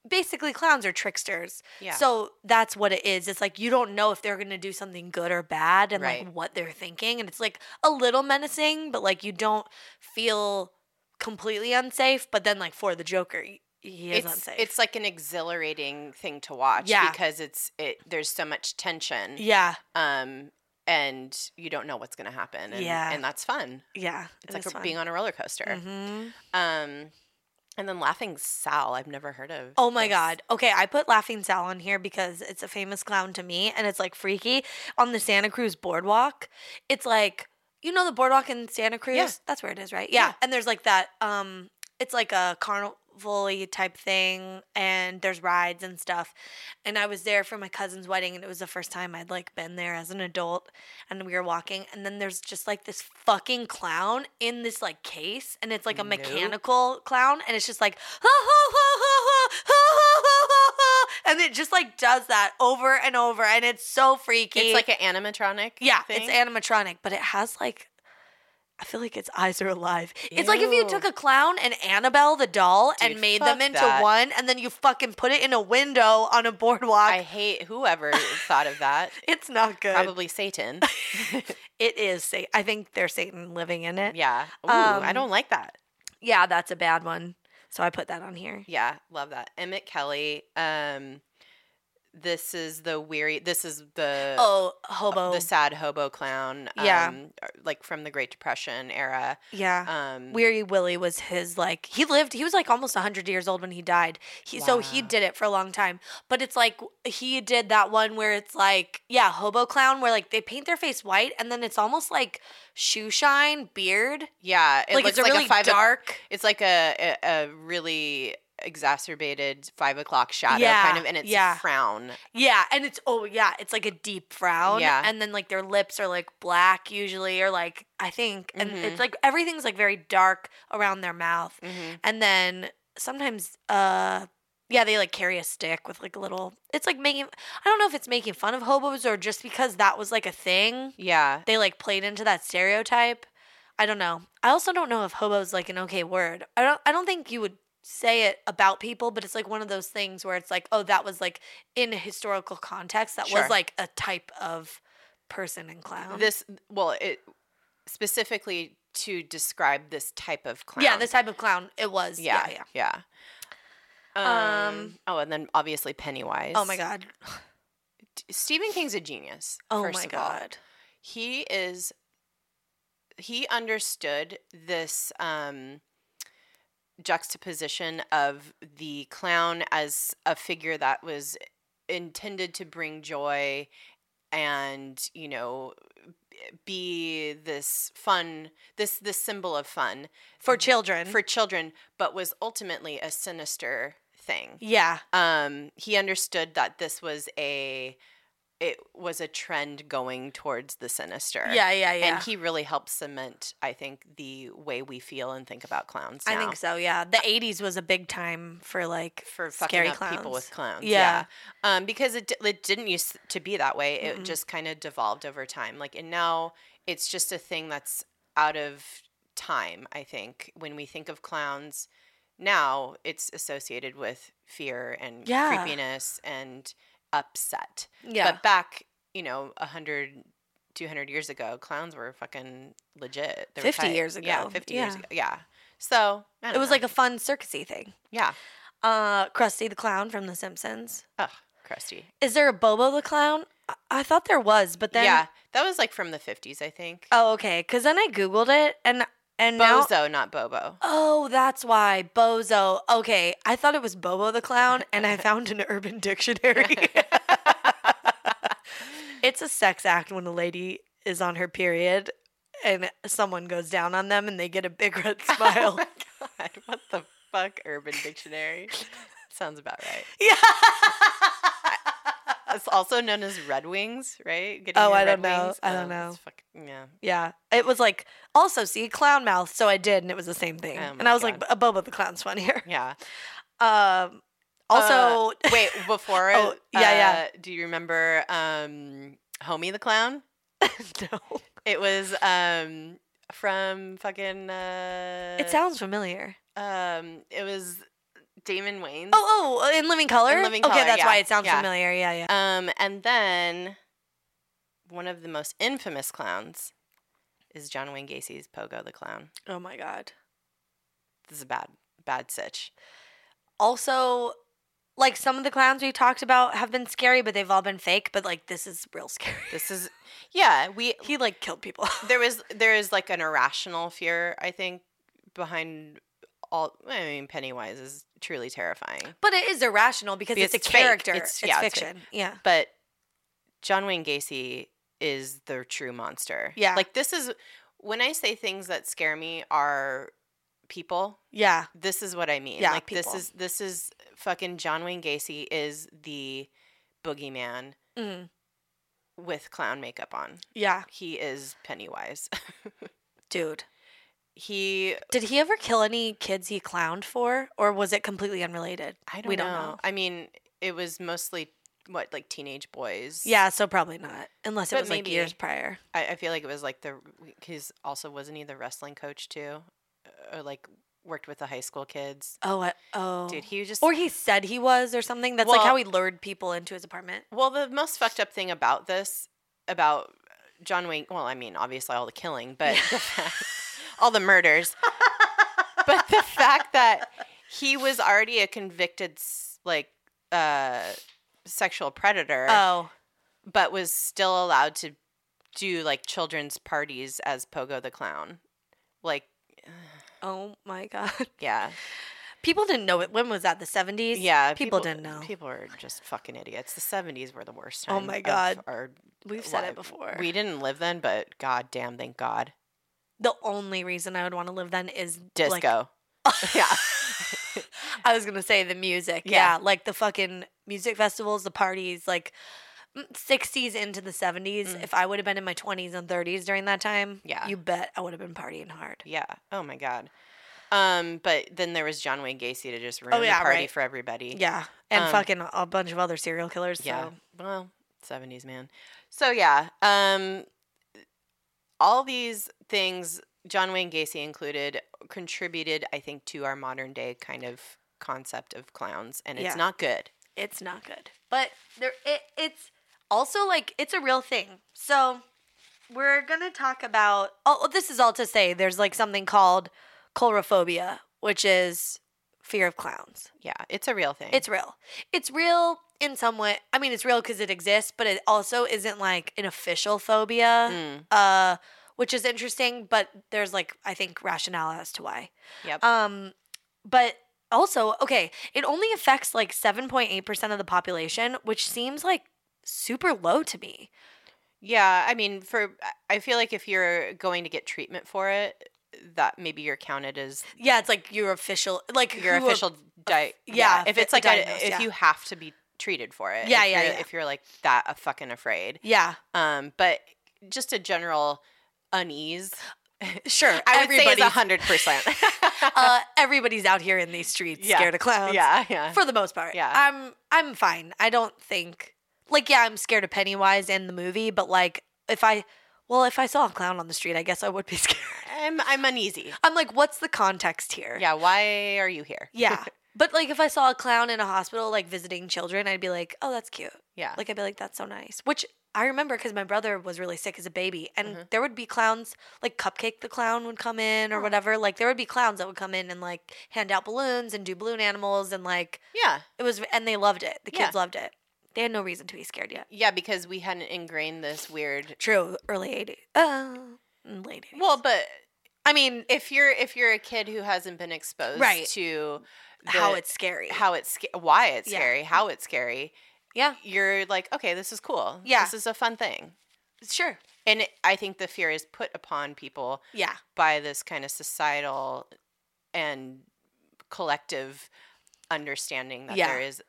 basically clowns are tricksters Yeah. so that's what it is it's like you don't know if they're gonna do something good or bad and Right. like what they're thinking and it's like a little menacing but like you don't feel completely unsafe but then like for the joker y- he is it's unsafe it's like an exhilarating thing to watch Yeah. because it's it there's so much tension yeah um and you don't know what's going to happen and, Yeah. and that's fun yeah it's like a- being on a roller coaster hmm um and then laughing sal i've never heard of oh my this. god okay i put laughing sal on here because it's a famous clown to me and it's like freaky on the santa cruz boardwalk it's like you know the boardwalk in santa cruz that's where it is right yeah. Yeah. and there's like that um it's like a carnival type thing and there's rides and stuff and i was there for my cousin's wedding and it was the first time i'd like been there as an adult and we were walking and then there's just like this fucking clown in this like case and it's like a Nope. mechanical clown and it's just like and it just like does that over and over and it's so freaky it's like an animatronic yeah, thing? it's animatronic, but it has like I feel like its eyes are alive. It's like if you Ew. took a clown and Annabelle the doll Dude, and made them fuck into that. one and then you fucking put it in a window on a boardwalk. i hate whoever thought of that it's not good. probably satan It is Sa- I think there's Satan living in it. Yeah. yeah Ooh, i Um, don't like that that's a bad one. So I put that on here. Yeah, love that. Emmett Kelly. Um, this is the weary. This is the uh, Oh, hobo. the sad hobo clown. Yeah. um, uh, like from the Great Depression era. yeah. Um, Weary Willie was his like he lived he was like almost 100 years old when he died. He so he Wow. did it for a long time. But it's like he did that one where it's like yeah, hobo clown where like they paint their face white and then it's almost like shoe shine beard. Yeah, it like looks it's a like really a five. o- dark it's like a, a a really exacerbated five o'clock shadow kind Yeah, of, and it's yeah. a frown. Yeah, and it's oh yeah, it's like a deep frown. Yeah. and then like their lips are like black usually, or like I think, and Mhm. it's like everything's like very dark around their mouth, Mhm. and then sometimes uh. Yeah, they like carry a stick with like a little. It's like making. I don't know if it's making fun of hobos or just because that was like a thing. Yeah, They like played into that stereotype. I don't know. I also don't know if hobo's like an okay word. I don't I don't think you would say it about people, but it's like one of those things where it's like, oh, that was like in a historical context, that Sure. was like a type of person and clown. this well, it specifically to describe this type of clown. Yeah, this type of clown it was. Yeah, yeah. yeah. Um, Um, oh, and then obviously Pennywise. Oh my god. Stephen King's a genius. Oh first my of all. god. he is he understood this um juxtaposition of the clown as a figure that was intended to bring joy and you know be this fun this this symbol of fun For children. for children but was ultimately a sinister thing yeah. um, he understood that this was a it was a trend going towards the sinister. Yeah, yeah, yeah. And he really helped cement, I think, the way we feel and think about clowns. I now. think so, yeah. The 80s was a big time for like For fucking Scary up people with clowns. Yeah. Yeah. Um, because it, di- it didn't used to be that way. It Mm-mm. just kind of devolved over time. Like, and now it's just a thing that's out of time, I think. When we think of clowns now, it's associated with fear and Yeah. creepiness and upset. yeah. But back, you know, 100, 200 years ago, clowns were fucking legit. They were 50 tight. years Yeah, ago. 50 years Yeah. ago. Yeah. So I it don't was know. like a fun circusy thing. yeah, Uh Krusty the Clown from The Simpsons. crusty. Is there a Bobo the Clown? I, I thought there was, but then yeah, that was like from the 50s, I think. Oh, okay. Cuz then I googled it and and now Bozo, not Bobo. Oh, that's why. Bozo. Okay. I thought it was Bobo the Clown, and I found an urban dictionary. it's a sex act when a lady is on her period and someone goes down on them and they get a big red Oh smile. my God, what the fuck, Urban Dictionary? Sounds about right. yeah. It's also known as Red Wings, right? Getting Oh, your I Red don't know. Wings? I don't Oh, it's fuck- yeah. yeah. It was like, also, see, clown mouth. So I did, and it was the same thing. Oh and my I was God. like, a Bobo the Clown's funnier. Yeah. Um, also, Wait, before. Oh, yeah, yeah. uh, Do you remember um, Homie the Clown? no. It was um from fucking uh It sounds familiar. um it was Damon Wayne. Oh, oh, in Living Color. Living okay, Colour, that's why yeah, it sounds yeah. familiar. Yeah, yeah. Um and then one of the most infamous clowns is John Wayne Gacy's Pogo the Clown. Oh my god. This is a bad bad sitch. Also, like some of the clowns we talked about have been scary, but they've all been fake. But like this is real scary. This is yeah, we He like killed people. there was there is like an irrational fear, I think, behind all I mean Pennywise is truly terrifying. but it is irrational because Because it's, it's a fake. character. It's- It's, yeah, it's fake. fiction. yeah. but John Wayne Gacy is the true monster. Yeah. Like this is when I say things that scare me are people. Yeah. This is what I mean. Yeah, like people. this is this is fucking John Wayne Gacy is the boogeyman Mm. with clown makeup on. Yeah. He is Pennywise. Dude. he Did he ever kill any kids he clowned for? Or was it completely unrelated? I don't, We know. don't know. I mean, it was mostly what like teenage boys. Yeah, so probably not. Unless it But was like maybe. years prior. I, I feel like it was like the he's also wasn't he the wrestling coach too, Uh, or like worked with the high school kids. Oh, I, oh. Dude, he was just or he said he was or something. That's like Well- how he lured people into his apartment. well. The most fucked up thing about this about John Wayne. Well, I mean, obviously all the killing, but the fact, all the murders, but the fact that he was already a convicted s- like uh, sexual predator, Oh, but was still allowed to do like children's parties as Pogo the Clown, like. oh my God! Yeah. People didn't know it. When was that? The seventies? Yeah. people didn't know. People were just fucking idiots. The 70s were the worst Oh time. my of God. Our, we've said li- it before. We didn't live then, but god damn, thank God. the only reason I would want to live then is like- Disco. yeah. I was gonna say the music. Yeah. Yeah. like the fucking music festivals, the parties, like mm, sixties into the seventies. Mm. If I would have been in my twenties and thirties during that time, Yeah. you bet I would have been partying hard. Yeah. Oh my God. Um, but then there was John Wayne Gacy to just ruin Oh, yeah, the party right. for everybody. Yeah, and Um, fucking a bunch of other serial killers. Yeah. so. Well, 70s, man. So yeah, um all these things John Wayne Gacy included contributed I think to our modern day kind of concept of clowns and Yeah. it's not good. it's not good. But there, it, it's also like it's a real thing. So we're gonna talk about. Oh, this is all to say. There's like something called colrophobia, which is fear of clowns. Yeah, it's a real thing. It's real. It's real in some way. I mean, it's real because it exists, but it also isn't like an official phobia, Mm, uh, which is interesting. But there's like I think rationale as to why. yep. Um, but also, okay, it only affects like 7.8% of the population, which seems like super low to me. yeah, I mean, for I- I feel like if you're going to get treatment for it, that maybe you're counted as Yeah, it's like your official, like your who are- official di- yeah, If fi- it's like a, diagnosed, if yeah. you have to be treated for it. Yeah, if yeah, you're- yeah. If you're like that, a fucking afraid. yeah, Um, but just a general unease. sure. I would say is everybody's, a hundred percent. uh, everybody's out here in these streets Yeah, scared of clowns. Yeah, yeah. for the most part. Yeah. I'm I'm fine. I don't think like yeah, I'm scared of Pennywise in the movie, but like if I well, if I saw a clown on the street, I guess I would be scared. I'm I'm uneasy. I'm like, what's the context here? Yeah, why are you here? Yeah. But like if I saw a clown in a hospital like visiting children, I'd be like, "Oh, that's cute." Yeah. Like I'd be like, "That's so nice." Which I remember cuz my brother was really sick as a baby and Mhm. there would be clowns like Cupcake the clown would come in or Oh. whatever. Like there would be clowns that would come in and like hand out balloons and do balloon animals and like yeah. it was and they loved it. The Yeah. kids loved it. They had no reason to be scared yet. Yeah, because we hadn't ingrained this weird True, early 80s. Uh, late 80s. Well, but I mean, if you're if you're a kid who hasn't been exposed Right. to the- how it's scary. how it's sca- why it's Yeah. scary, how it's scary, Yeah. you're like, okay, this is cool. Yeah. this is a fun thing. sure. And it, I think the fear is put upon people Yeah. by this kind of societal and collective understanding that Yeah. there is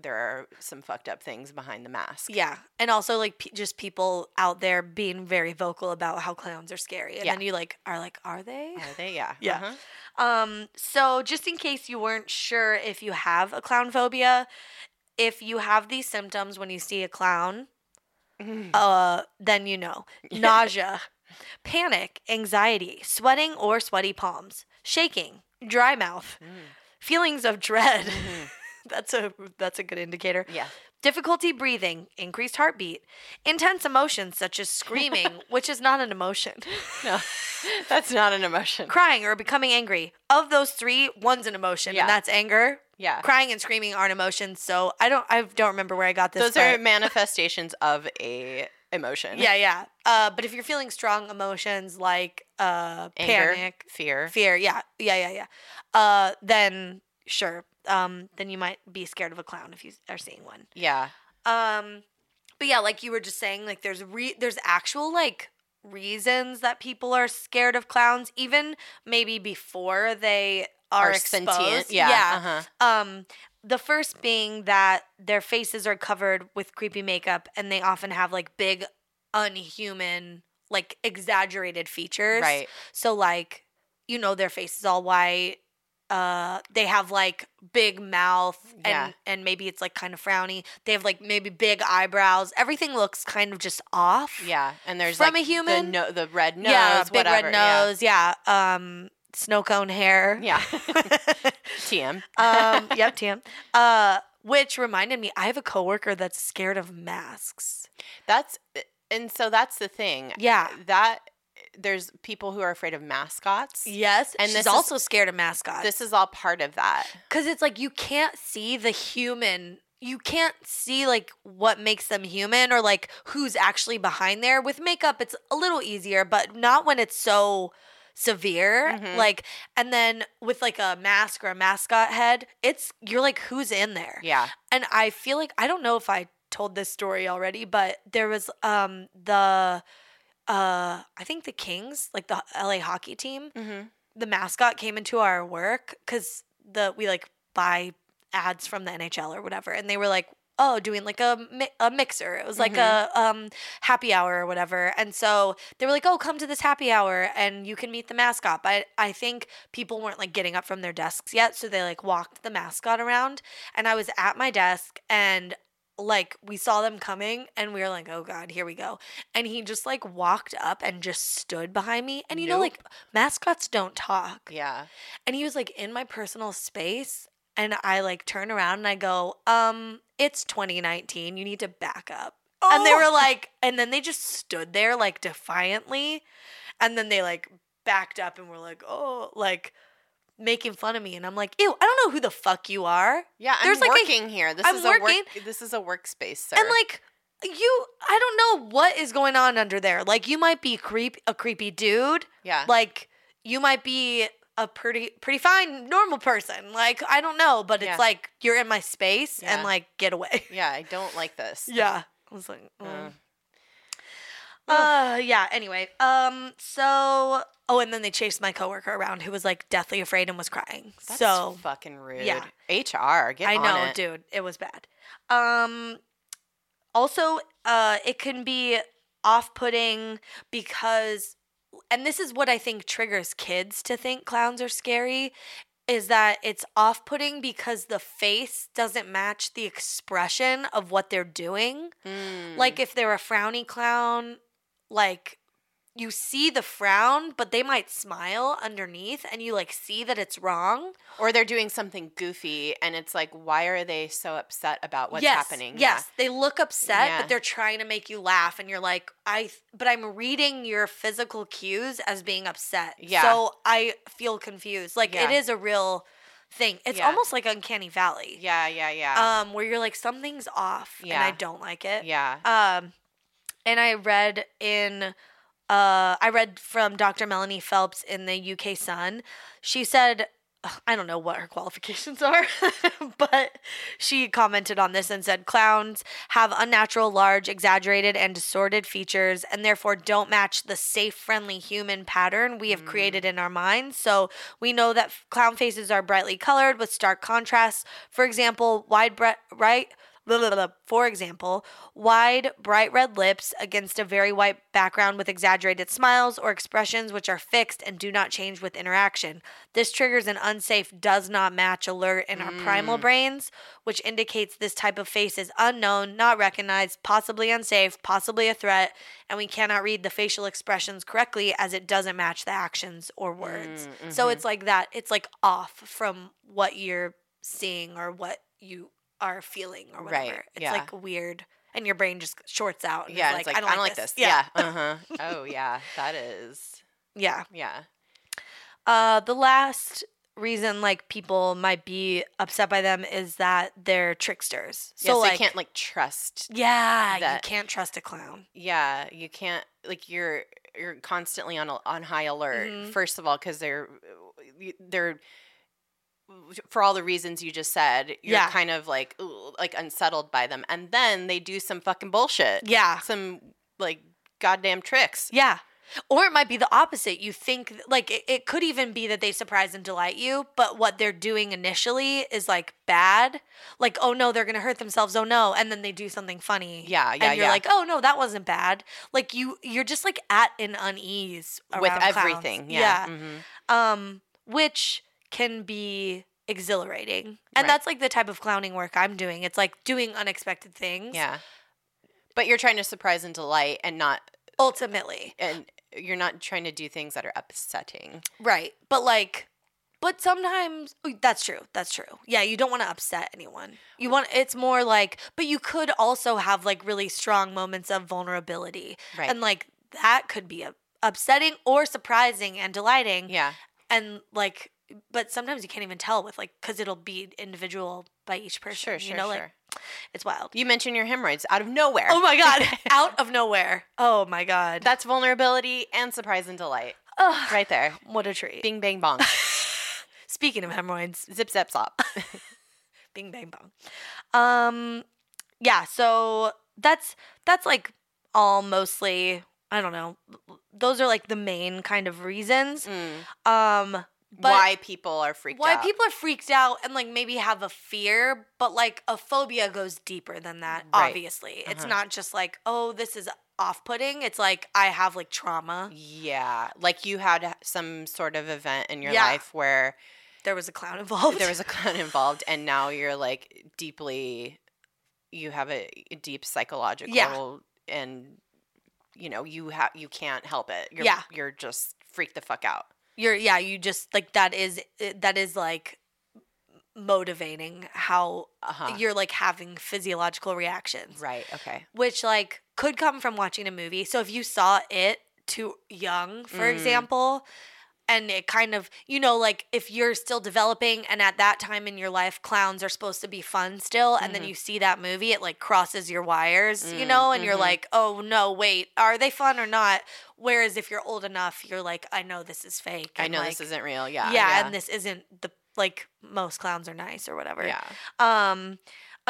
there are some fucked up things behind the mask. Yeah, and also like pe- just people out there being very vocal about how clowns are scary, and Yeah. then you like are like, are they? Are they? Yeah. Yeah. Uh-huh. Um, so just in case you weren't sure if you have a clown phobia, if you have these symptoms when you see a clown, Uh-huh. Mm. uh, then you know nausea, panic, anxiety, sweating or sweaty palms, shaking, dry mouth, Mm. feelings of dread. Mhm. that's a that's a good indicator. Yeah. Difficulty breathing, increased heartbeat, intense emotions such as screaming, which is not an emotion, No. That's not an emotion. crying, or becoming angry. Of those three, one's an emotion, Yeah. and that's anger. Yeah. Crying and screaming aren't emotions, so I don't I don't remember where I got this. Those are but- manifestations of a emotion. yeah, yeah. Uh, but if you're feeling strong emotions like uh, Anger, panic, fear. fear, yeah, yeah, yeah, yeah, uh, then sure, um, then you might be scared of a clown if you are seeing one. Yeah. Um, but yeah, like you were just saying, like there's re- there's actual like reasons that people are scared of clowns, even maybe before they are, exposed. Yeah. Uh-huh. Um, the first being that their faces are covered with creepy makeup, and they often have like big, unhuman, like exaggerated features. Right. So like, you know, their face is all white. Uh, they have like big mouth and Yeah. and maybe it's like kind of frowny. They have like maybe big eyebrows. Everything looks kind of just off. Yeah. And there's From like a human? the, no- the red nose, yeah, big whatever. red nose. Yeah. Um, snow cone hair. Yeah. yeah. TM. um, yep, Tam. Uh, which reminded me, I have a coworker that's scared of masks. That's and so that's the thing. Yeah. That there's people who are afraid of mascots. Yes, And and this is- she's also scared of mascots. This is all part of that. Because it's like you can't see the human. You can't see like what makes them human or like who's actually behind there. With makeup, it's a little easier, but not when it's so severe. Mhm. Like, and then with like a mask or a mascot head, it's you're like, who's in there? Yeah. And I feel like I don't know if I told this story already, but there was um the uh I think the Kings, like the LA hockey team, Mm-hmm. the mascot came into our work because the we like buy ads from the NHL or whatever, and they were like, oh, doing like a mi- a mixer. It was like a um happy hour or whatever, and so they were like, oh, come to this happy hour and you can meet the mascot. But I think people weren't like getting up from their desks yet, so they like walked the mascot around, and I was at my desk and. Like we saw them coming, and we were like, "Oh God, here we go!" And he just like walked up and just stood behind me, and you know, Nope. like mascots don't talk. Yeah. And he was like in my personal space. And I like turn around and I go, um, it's 2019. You need to back up. And Oh, they were like, and then they just stood there like defiantly. And then they like backed up and were like, oh, like making fun of me, and I'm like, ew, I don't know who the fuck you are. Yeah, I'm There's like a- working here. This I'm is a work. working. This is a workspace, sir. And like you I don't know what is going on under there. Like you might be creep a creepy dude. yeah, Like you might be a pretty pretty fine normal person. Like I don't know, but Yeah. it's like you're in my space Yeah. and like get away. yeah. I don't like this. yeah. I was like, Uh, mm. uh, yeah, anyway. Um so oh and then they chased my coworker around who was like deathly afraid and was crying. that's so fucking rude. yeah. HR, get I on know, it. dude. It was bad. Um also uh it can be off-putting because and this is what I think triggers kids to think clowns are scary is that it's off-putting because the face doesn't match the expression of what they're doing. Mm. Like if they're a frowny clown, like you see the frown, but they might smile underneath and you like see that it's wrong. or they're doing something goofy, and it's like, why are they so upset about what's yes, happening? Yeah. Yes, they look upset, Yeah. but they're trying to make you laugh, and you're like, I. th- But I'm reading your physical cues as being upset. Yeah. So I feel confused. Like Yeah. it is a real thing. It's Yeah. almost like uncanny valley. Yeah, yeah, yeah, Um, where you're like something's off, and I Yeah. don't like it. yeah. Um, and I read in, uh, I read from Dr. Melanie Phelps in the UK Sun. She said, ugh, I don't know what her qualifications are, but she commented on this and said clowns have unnatural, large, exaggerated, and distorted features, and therefore don't match the safe, friendly human pattern we have Mm. created in our minds. So we know that f- clown faces are brightly colored with stark contrasts. For example, wide bre- right. blah, blah, blah, blah. For example, wide, bright red lips against a very white background with exaggerated smiles or expressions which are fixed and do not change with interaction. This triggers an unsafe, does not match alert in our primal Mm. brains, which indicates this type of face is unknown, not recognized, possibly unsafe, possibly a threat, and we cannot read the facial expressions correctly as it doesn't match the actions or words. Mm, So mhm. it's like that. It's like off from what you're seeing or what you are feeling or Right, whatever. It's yeah. like weird. And your brain just shorts out. And yeah. is it's like I don't, like this. Yeah. Uh huh. oh yeah, that is. Yeah. Yeah. Uh, the last reason like people might be upset by them is that they're tricksters. So, yeah, So, so like, you can't like trust. yeah, that- you can't trust a clown. Yeah, you can't like you're you're constantly on al- on high alert. Mhm. First of all, because they're you- they're for all the reasons you just said, you're Yeah. kind of like ooh, like unsettled by them, and then they do some fucking bullshit, Yeah. some like goddamn tricks. Yeah. Or it might be the opposite. You think like it, it could even be that they surprise and delight you, but what they're doing initially is like bad. Like, oh no, they're gonna hurt themselves. Oh no, and then they do something funny. Yeah, yeah, and you're yeah. like, oh no, that wasn't bad. Like you, you're just like at an unease with around clowns. everything, yeah, mhm. Um, which can be exhilarating, and Mm, Right. that's like the type of clowning work I'm doing. It's like doing unexpected things. yeah. But you're trying to surprise and delight, and not Ultimately, and you're not trying to do things that are upsetting. Right. But like but sometimes oh, that's true. That's true. Yeah, you don't want to upset anyone. You want it's more like but you could also have like really strong moments of vulnerability. Right. And like that could be up- upsetting or surprising and delighting yeah. and like but sometimes you can't even tell with like cuz it'll be individual by each person. Sure. Sure. you know sure. like it's wild. you mentioned your hemorrhoids out of nowhere. Oh my god, out of nowhere. Oh my god. That's vulnerability and surprise and delight Ugh, right there. What a treat. Bing bang bong. Speaking of hemorrhoids, Zip zap slop. Bing bang bong. Um yeah, so that's that's like all mostly I don't know. Those are like the main kind of reasons. Mm. Um But- why people are freaked why out. people are freaked out and like maybe have a fear, but like a phobia goes deeper than that, Right. obviously. It's Uh-huh. not just like, oh, this is off putting. It's like I have like trauma. Yeah, like you had some sort of event in your Yeah. life where There was a clown involved. there was a clown involved, and now you're like deeply, you have a, a deep psychological and you know you have you can't help it. You're, Yeah. you're just freaked the fuck out. you're yeah you just like that is that is like motivating how Uh huh. you're like having physiological reactions Right. Okay. which like could come from watching a movie so if you saw it too young for Mm. example and it kind of you know like if you're still developing and at that time in your life clowns are supposed to be fun still and then Mhm. you see that movie it like crosses your wires you Mm, know and you're mhm. like oh no wait are they fun or not whereas if you're old enough you're like i know this is fake I and, know like, this isn't real. Yeah. yeah, and this isn't the like most clowns are nice or whatever yeah. um,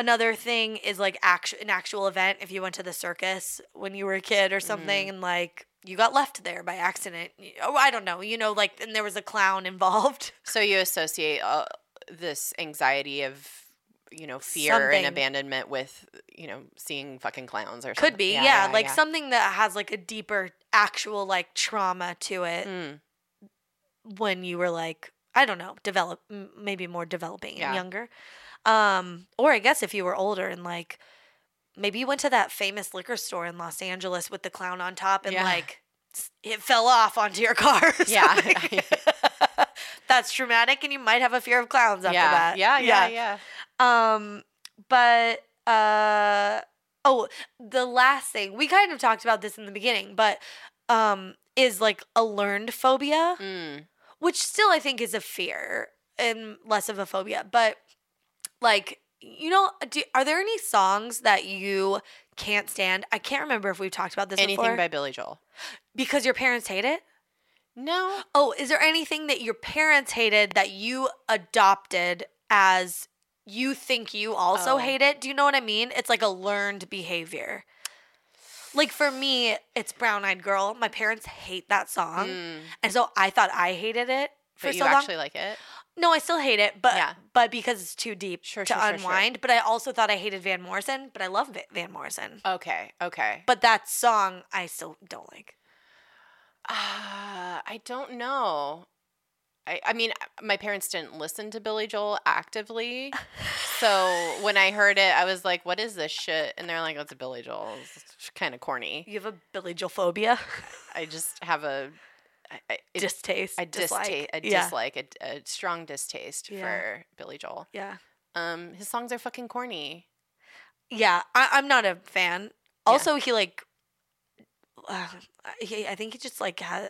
another thing is like actu- an actual event. If you went to the circus when you were a kid or something, and like you got left there by accident. y- Oh, I don't know. You know, like and there was a clown involved. So you associate uh, this anxiety of you know fear Something. and abandonment with you know seeing fucking clowns or something. Could be, yeah, like something that has like a deeper actual like trauma to it Mm, when you were like I don't know, develop m- maybe more developing Yeah. and younger. Um, or I guess if you were older and like maybe you went to that famous liquor store in Los Angeles with the clown on top and Yeah. like s- it fell off onto your car. or Yeah. something. That's traumatic and you might have a fear of clowns yeah, after that. yeah, yeah, yeah. Um, but uh, oh, the last thing we kind of talked about this in the beginning, but um, is like a learned phobia, Mm, which still I think is a fear and less of a phobia. But like, you know, do, are there any songs that you can't stand? I can't remember if we've talked about this Anything before by Billy Joel. because your parents hate it. No, Oh, is there anything that your parents hated that you adopted as you think you also Oh. hate it? Do you know what I mean? It's like a learned behavior. Like for me, it's Brown Eyed Girl. My parents hate that song. Mm, And so I thought I hated it Um, for but you so long. actually like it. No, I still hate it, but Yeah. but because it's too deep Sure, to sure, sure, sure. unwind. But I also thought I hated Van Morrison, but I love Va- Van Morrison. Okay, okay. But that song I still don't like. Uh, I don't know. I, I mean, my parents didn't listen to Billy Joel actively. So when I heard it, I was like, what is this shit? And they're like, oh, it's a Billy Joel. It's kind of corny. You have a Billy Joel phobia, I just have a, I, I, it- distaste, a, dislike. dista- a Yeah. dislike, a, a strong distaste Yeah. for Billy Joel. Yeah. Um, his songs are fucking corny. Yeah. I, I'm not a fan. Yeah. Also, he like, uh, he, I think he just like, ha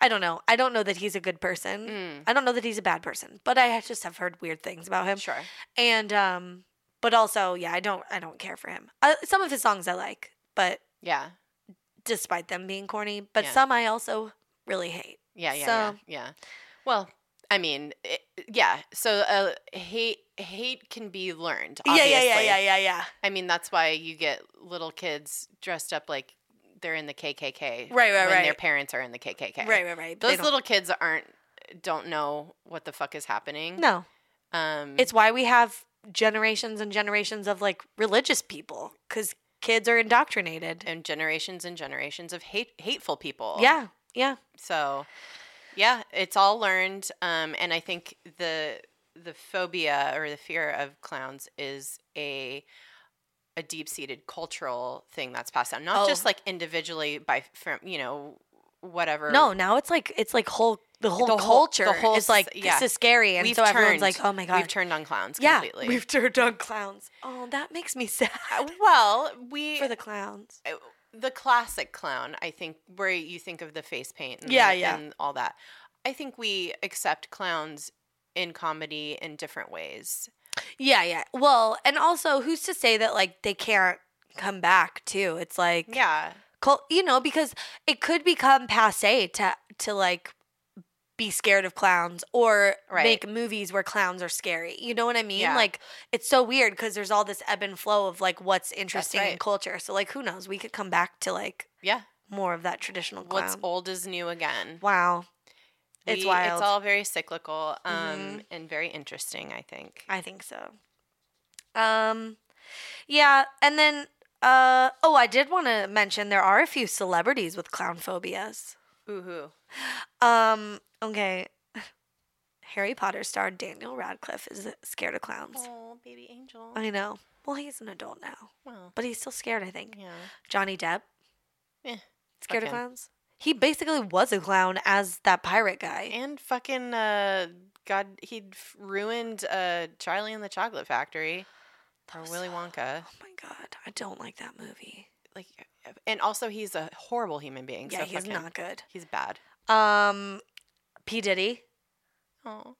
I don't know. I don't know that he's a good person. Mm, I don't know that he's a bad person, but I ha- just have heard weird things about him. sure. And, um, but also, yeah, I don't, I don't care for him. I, some of his songs I like, but Yeah. despite them being corny, but Yeah. some I also really hate. Yeah, yeah, So- yeah, yeah. Well, I mean, it, yeah. So uh, hate hate can be learned. Obviously. Yeah, yeah, yeah, yeah, yeah, yeah. I mean, that's why you get little kids dressed up like they're in the KKK. Right, right, when Their right. parents are in the KKK. Right, right, right. They Those don't- little kids aren't don't know what the fuck is happening. no, Um, It's why we have generations and generations of like religious people because kids are indoctrinated. and generations and generations of hate hateful people. Yeah, yeah. So, yeah, it's all learned. Um, and I think the the phobia or the fear of clowns is a a deep seated cultural thing that's passed down, not Oh. just like individually by from you know whatever. No, now it's like it's like whole the whole The whole- the culture whole is like s- yeah. this is scary, and We've so everyone's turned- like, oh my we've god, turned on clowns yeah, completely. we've turned on clowns. Oh, that makes me sad Uh, well, we for the clowns. uh, the classic clown, I think, where you think of the face paint and, Yeah, the- yeah. and all that. I think we accept clowns in comedy in different ways. Yeah, yeah. Well, and also who's to say that like they can't come back too? It's like Yeah. cult, you know, because it could become passe to to like be scared of clowns or Right. make movies where clowns are scary. You know what I mean? Yeah. Like it's so weird because there's all this ebb and flow of like what's interesting in right. culture. So like who knows? We could come back to like Yeah. more of that traditional clown. What's old is new again. wow. It's We- wild. It's all very cyclical um, Mhm. and very interesting, I think. I think so. Um yeah, and then uh oh, I did want to mention there are a few celebrities with clown phobias. Ooh, hoo. Um. Okay. Harry Potter star Daniel Radcliffe is scared of clowns. Oh, baby angel. I know. Well, he's an adult now, well, but he's still scared. I think yeah. Johnny Depp. Eh, Scared of fuck him. clowns. He basically was a clown as that pirate guy. And fucking, uh, God, he f- ruined uh, Charlie and the Chocolate Factory That or was Willy so- Wonka. Oh my god, I don't like that movie. Like, and also he's a horrible human being. uh, Yeah, so he's fuck him. not good. He's bad. Um. P Diddy. Oh,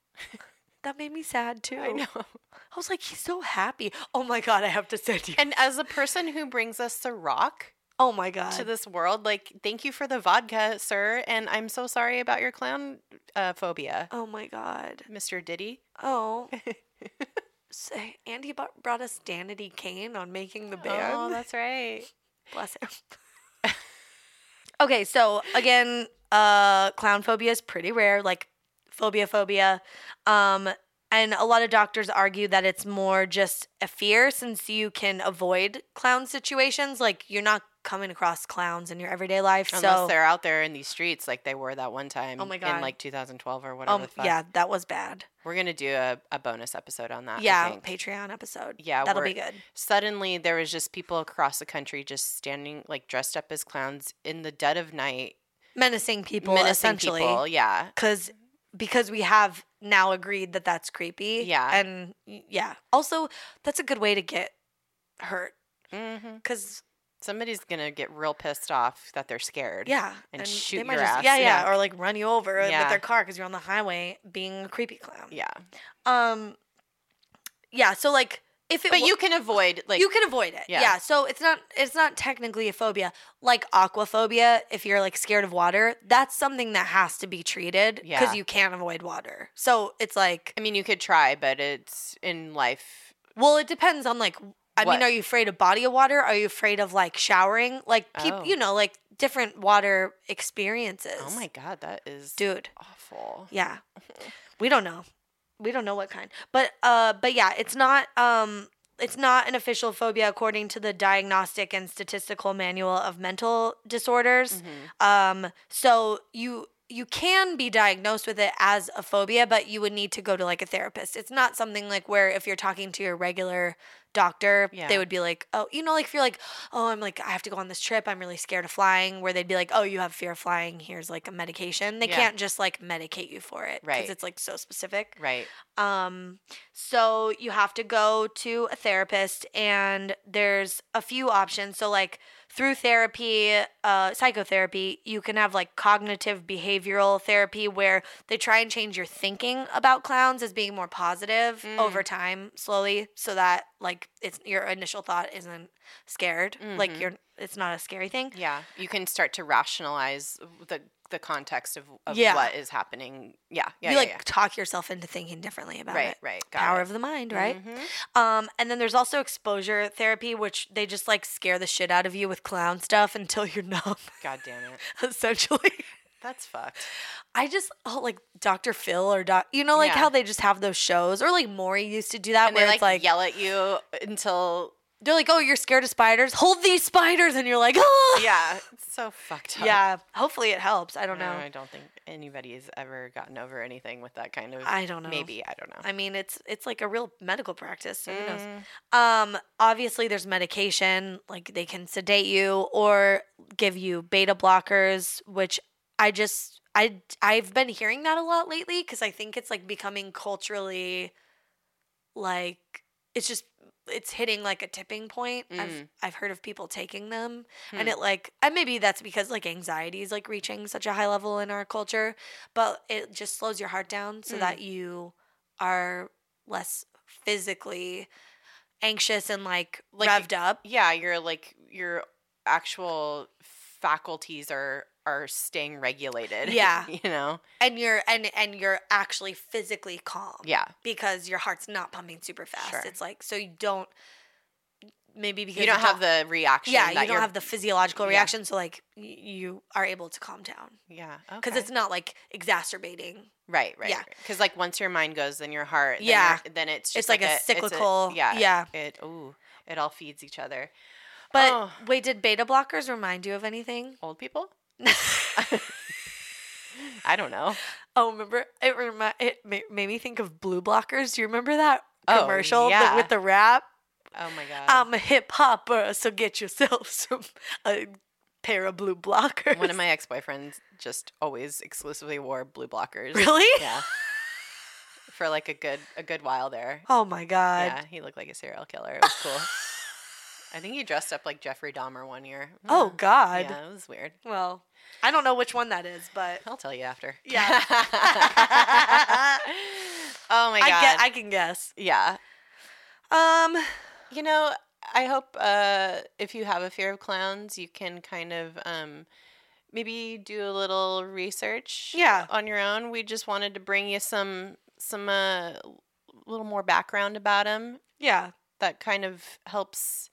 That made me sad too. I know. I was like, he's so happy. Oh my god, I have to send you. And as a person who brings us the rock oh my god. to this world, like, thank you for the vodka, sir. And I'm so sorry about your clown uh, phobia, oh my god. Mr. Diddy. Oh. Say, Andy bought, brought us Danity Kane on making the band. Oh, that's right. Bless him. okay, so again, uh, clown phobia is pretty rare, like phobia phobia. Um, and a lot of doctors argue that it's more just a fear since you can avoid clown situations. Like you're not coming across clowns in your everyday life. Unless so Oh they're out there in these streets like they were that one time my in God. like 2012 or whatever. um, the fuck. yeah, that was bad. We're going to do a, a bonus episode on that. I yeah, think. Patreon episode. Yeah, That'll we're- be good. Suddenly, there was just people across the country just standing, like dressed up as clowns in the dead of night, Menacing people, menacing essentially. people. Yeah, because because we have now agreed that that's creepy. Yeah. and y- yeah. Also, that's a good way to get hurt hmm because somebody's gonna get real pissed off that they're scared. yeah, And shoot they might your just- ass, Yeah, yeah, yeah. or like run you over Yeah. with their car because you're on the highway being a creepy clown. yeah. Um, yeah. So like, if it But wa- you can avoid like you can avoid it. Yeah. Yeah. So it's not it's not technically a phobia. Like aquaphobia, if you're like scared of water, that's something that has to be treated because Yeah. you can't avoid water. So it's like I mean, you could try, but it's in life. Well, it depends on like. I What? mean, are you afraid of body of water? Are you afraid of like showering? Like, peop- Oh. you know, like different water experiences. Oh my god, that is dude. awful. Yeah, we don't know. We don't know what kind, but uh, but yeah, it's not um, it's not an official phobia according to the Diagnostic and Statistical Manual of Mental Disorders. Mhm. Um, so you you can be diagnosed with it as a phobia, but you would need to go to like a therapist. It's not something like where if you're talking to your regular doctor, Yeah. they would be like, oh, you know, like if you're like, oh, I'm like, I have to go on this trip. I'm really scared of flying. Where they'd be like, oh, you have fear of flying. Here's like a medication. They Yeah. can't just like medicate you for it Right. it's like so specific. Right. Um, so you have to go to a therapist, and there's a few options. So like through therapy, uh, psychotherapy, you can have like cognitive behavioral therapy where they try and change your thinking about clowns as being more positive Mm. over time, slowly, so that like it's your initial thought isn't scared, Mhm. like you're it's not a scary thing. Yeah. You can start to rationalize the the context of, of Yeah. what is happening. Yeah. Yeah. you yeah, like yeah. talk yourself into thinking differently about right. it. Right. Got Power it. of the mind, right? Mhm. Um, and then there's also exposure therapy, which they just like scare the shit out of you with clown stuff until you're numb, God damn it. essentially. That's fucked. I just oh, like Dr. Phil or Doc, you know, like Yeah. how they just have those shows, or like Maury used to do that, And where they like, it's like yell at you until they're like, oh, you're scared of spiders, hold these spiders, and you're like, oh, yeah. It's so fucked up. yeah. Hopefully it helps. I don't No, know. I don't think anybody has ever gotten over anything with that kind of. I don't know. Maybe I don't know. I mean, it's it's like a real medical practice. So who knows? Mm, Um, obviously there's medication, like they can sedate you or give you beta blockers, which I just I I've been hearing that a lot lately cuz I think it's like becoming culturally like it's just it's hitting like a tipping point. I've Mm. I've heard of people taking them Hmm. and it like and maybe that's because like anxiety is like reaching such a high level in our culture, but it just slows your heart down so Mm. that you are less physically anxious and like, Like you- revved up. yeah, you're like your actual faculties are are staying regulated. Yeah. you know. And you're and and you're actually physically calm. Yeah, Because your heart's not pumping super fast. Sure. It's like so you don't maybe because you don't have the reaction. yeah, that you don't you're- have the physiological Yeah. reaction, so like y- you are able to calm down Yeah, because okay. it's not like exacerbating. right, right. yeah. because like once your mind goes, then your heart. then Yeah. your- then it's just It's like, a it's cyclical, yeah, yeah. It ooh, it all feeds each other. But Oh. wait, did beta blockers remind you of anything? Old people. I don't know. Oh, remember it? Remi- it ma- made me think of blue blockers. Do you remember that Oh, commercial that- yeah. with the rap? Oh my god. I'm a hip hopper, so get yourself some a pair of blue blockers. One of my ex boyfriends just always exclusively wore blue blockers. really? Yeah. For like a good a good while there. Oh my god. Yeah, he looked like a serial killer. It was cool. I think he dressed up like Jeffrey Dahmer one year. Oh Mm. God. yeah, it was weird. Well, I don't know which one that is, but I'll tell you after. Yeah. oh my god. I get I can guess. yeah. Um, You know, I hope uh, if you have a fear of clowns, you can kind of um, maybe do a little research. Yeah. On your own. We just wanted to bring you some some uh, little more background about him yeah. that kind of helps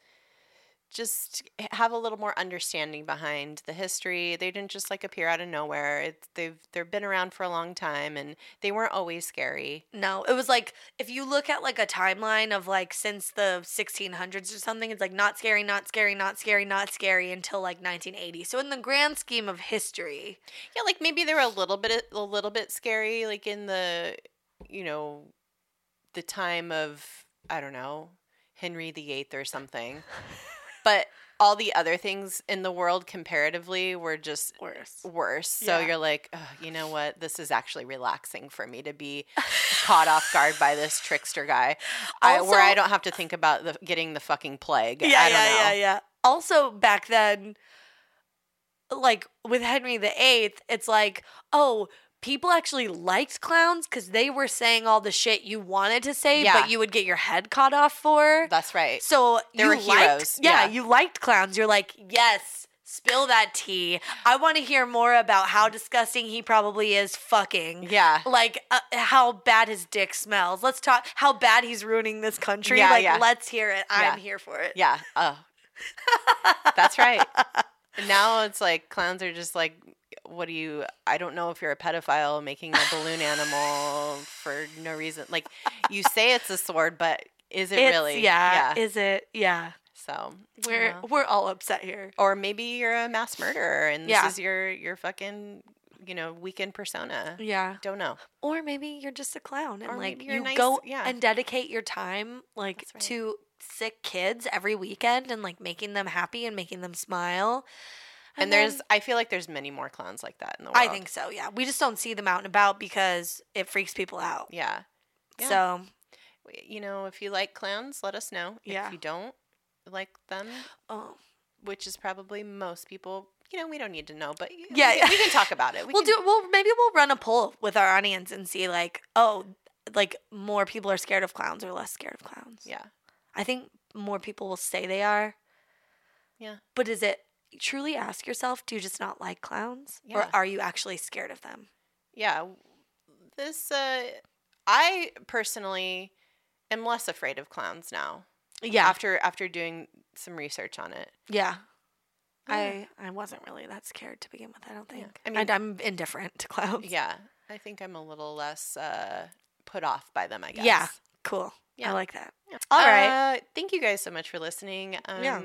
just have a little more understanding behind the history. They didn't just like appear out of nowhere. It's they've they've been around for a long time and they weren't always scary. No, it was like if you look at like a timeline of like since the 1600s or something, it's like not scary, not scary, not scary, not scary until like 1980. So in the grand scheme of history, Yeah, like maybe they were a little bit a little bit scary like in the you know the time of I don't know, Henry VIII or something. But all the other things in the world comparatively were just worse. worse. So Yeah. you're like, "Ugh, you know what? This is actually relaxing for me to be caught off guard by this trickster guy, I, where I Also- don't have to think about the, getting the fucking plague. Yeah, I don't yeah, know. yeah, yeah. Also, back then, like with Henry VIII, it's like, oh, people actually liked clowns because they were saying all the shit you wanted to say, Yeah. but you would get your head caught off for. That's right. so They you were liked, heroes, Yeah, yeah. you liked clowns. You're like, yes, spill that tea. I want to hear more about how disgusting he probably is fucking. Yeah. Like uh, how bad his dick smells. Let's talk how bad he's ruining this country. Yeah, like yeah. let's hear it. Yeah. I'm here for it. Yeah. Oh. That's right. And Now it's like clowns are just like, what do you? I don't know if you're a pedophile making a balloon animal for no reason. Like, you say it's a sword, but is it It's- really? Yeah, Is it? Yeah. So We're well. we're all upset here. or maybe you're a mass murderer and this Yeah. is your your fucking you know weekend persona Yeah. don't know Or maybe you're just a clown and Or like maybe you're you nice- go yeah. and dedicate your time like That's right. to sick kids every weekend and like making them happy and making them smile. and, then- there's i feel like there's many more clowns like that in the world I think so. Yeah. We just don't see them out and about because it freaks people out. yeah Yeah. So, W- you know if you like clowns let us know Yeah. if you don't like them oh. which is probably most people you know we don't need to know but y- we Yeah. can- we, can talk about it we we'll can, do well maybe we'll run a poll with our audience and see like, oh, like more people are scared of clowns or less scared of clowns. yeah I think more people will say they are. Yeah. But is it truly ask yourself, do you just not like clowns? Or Yeah. are you actually scared of them? yeah w- this uh i personally am less afraid of clowns now Yeah. after after doing some research on it yeah. Yeah. I, I wasn't really that scared to begin with, I don't Yeah. think. I I mean- am indifferent to clowns. Yeah, I think I'm a little less uh, put off by them. I guess. Yeah. Cool. Yeah. I like that. Yeah. All right. Uh, thank you guys so much for listening. Um, Yeah.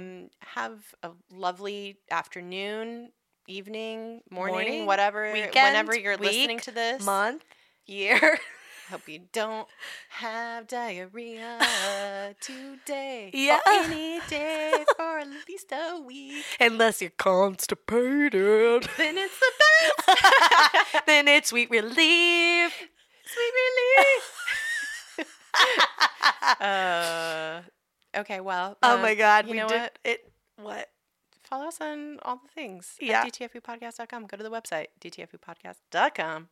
Have a lovely afternoon, evening, morning, Morning, whatever, whenever weekend, you're listening week, to this. Month, year. Hope you don't have diarrhea today. Yeah. Or any day for at least a week. Unless you're constipated. Then it's the best. then it's sweet relief. Sweet relief. uh, okay, well. oh um, my God. you we know did what? it. What? follow us on all the things Yeah. at dtfupodcast.com. Go to the website, dtfupodcast.com.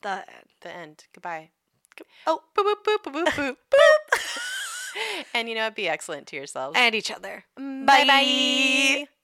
The end. The end. Goodbye. Oh, Boop, boop, boop, boop, boop, boop. and you know, what? be excellent to yourselves. and each other. Mm, Bye-bye. bye-bye.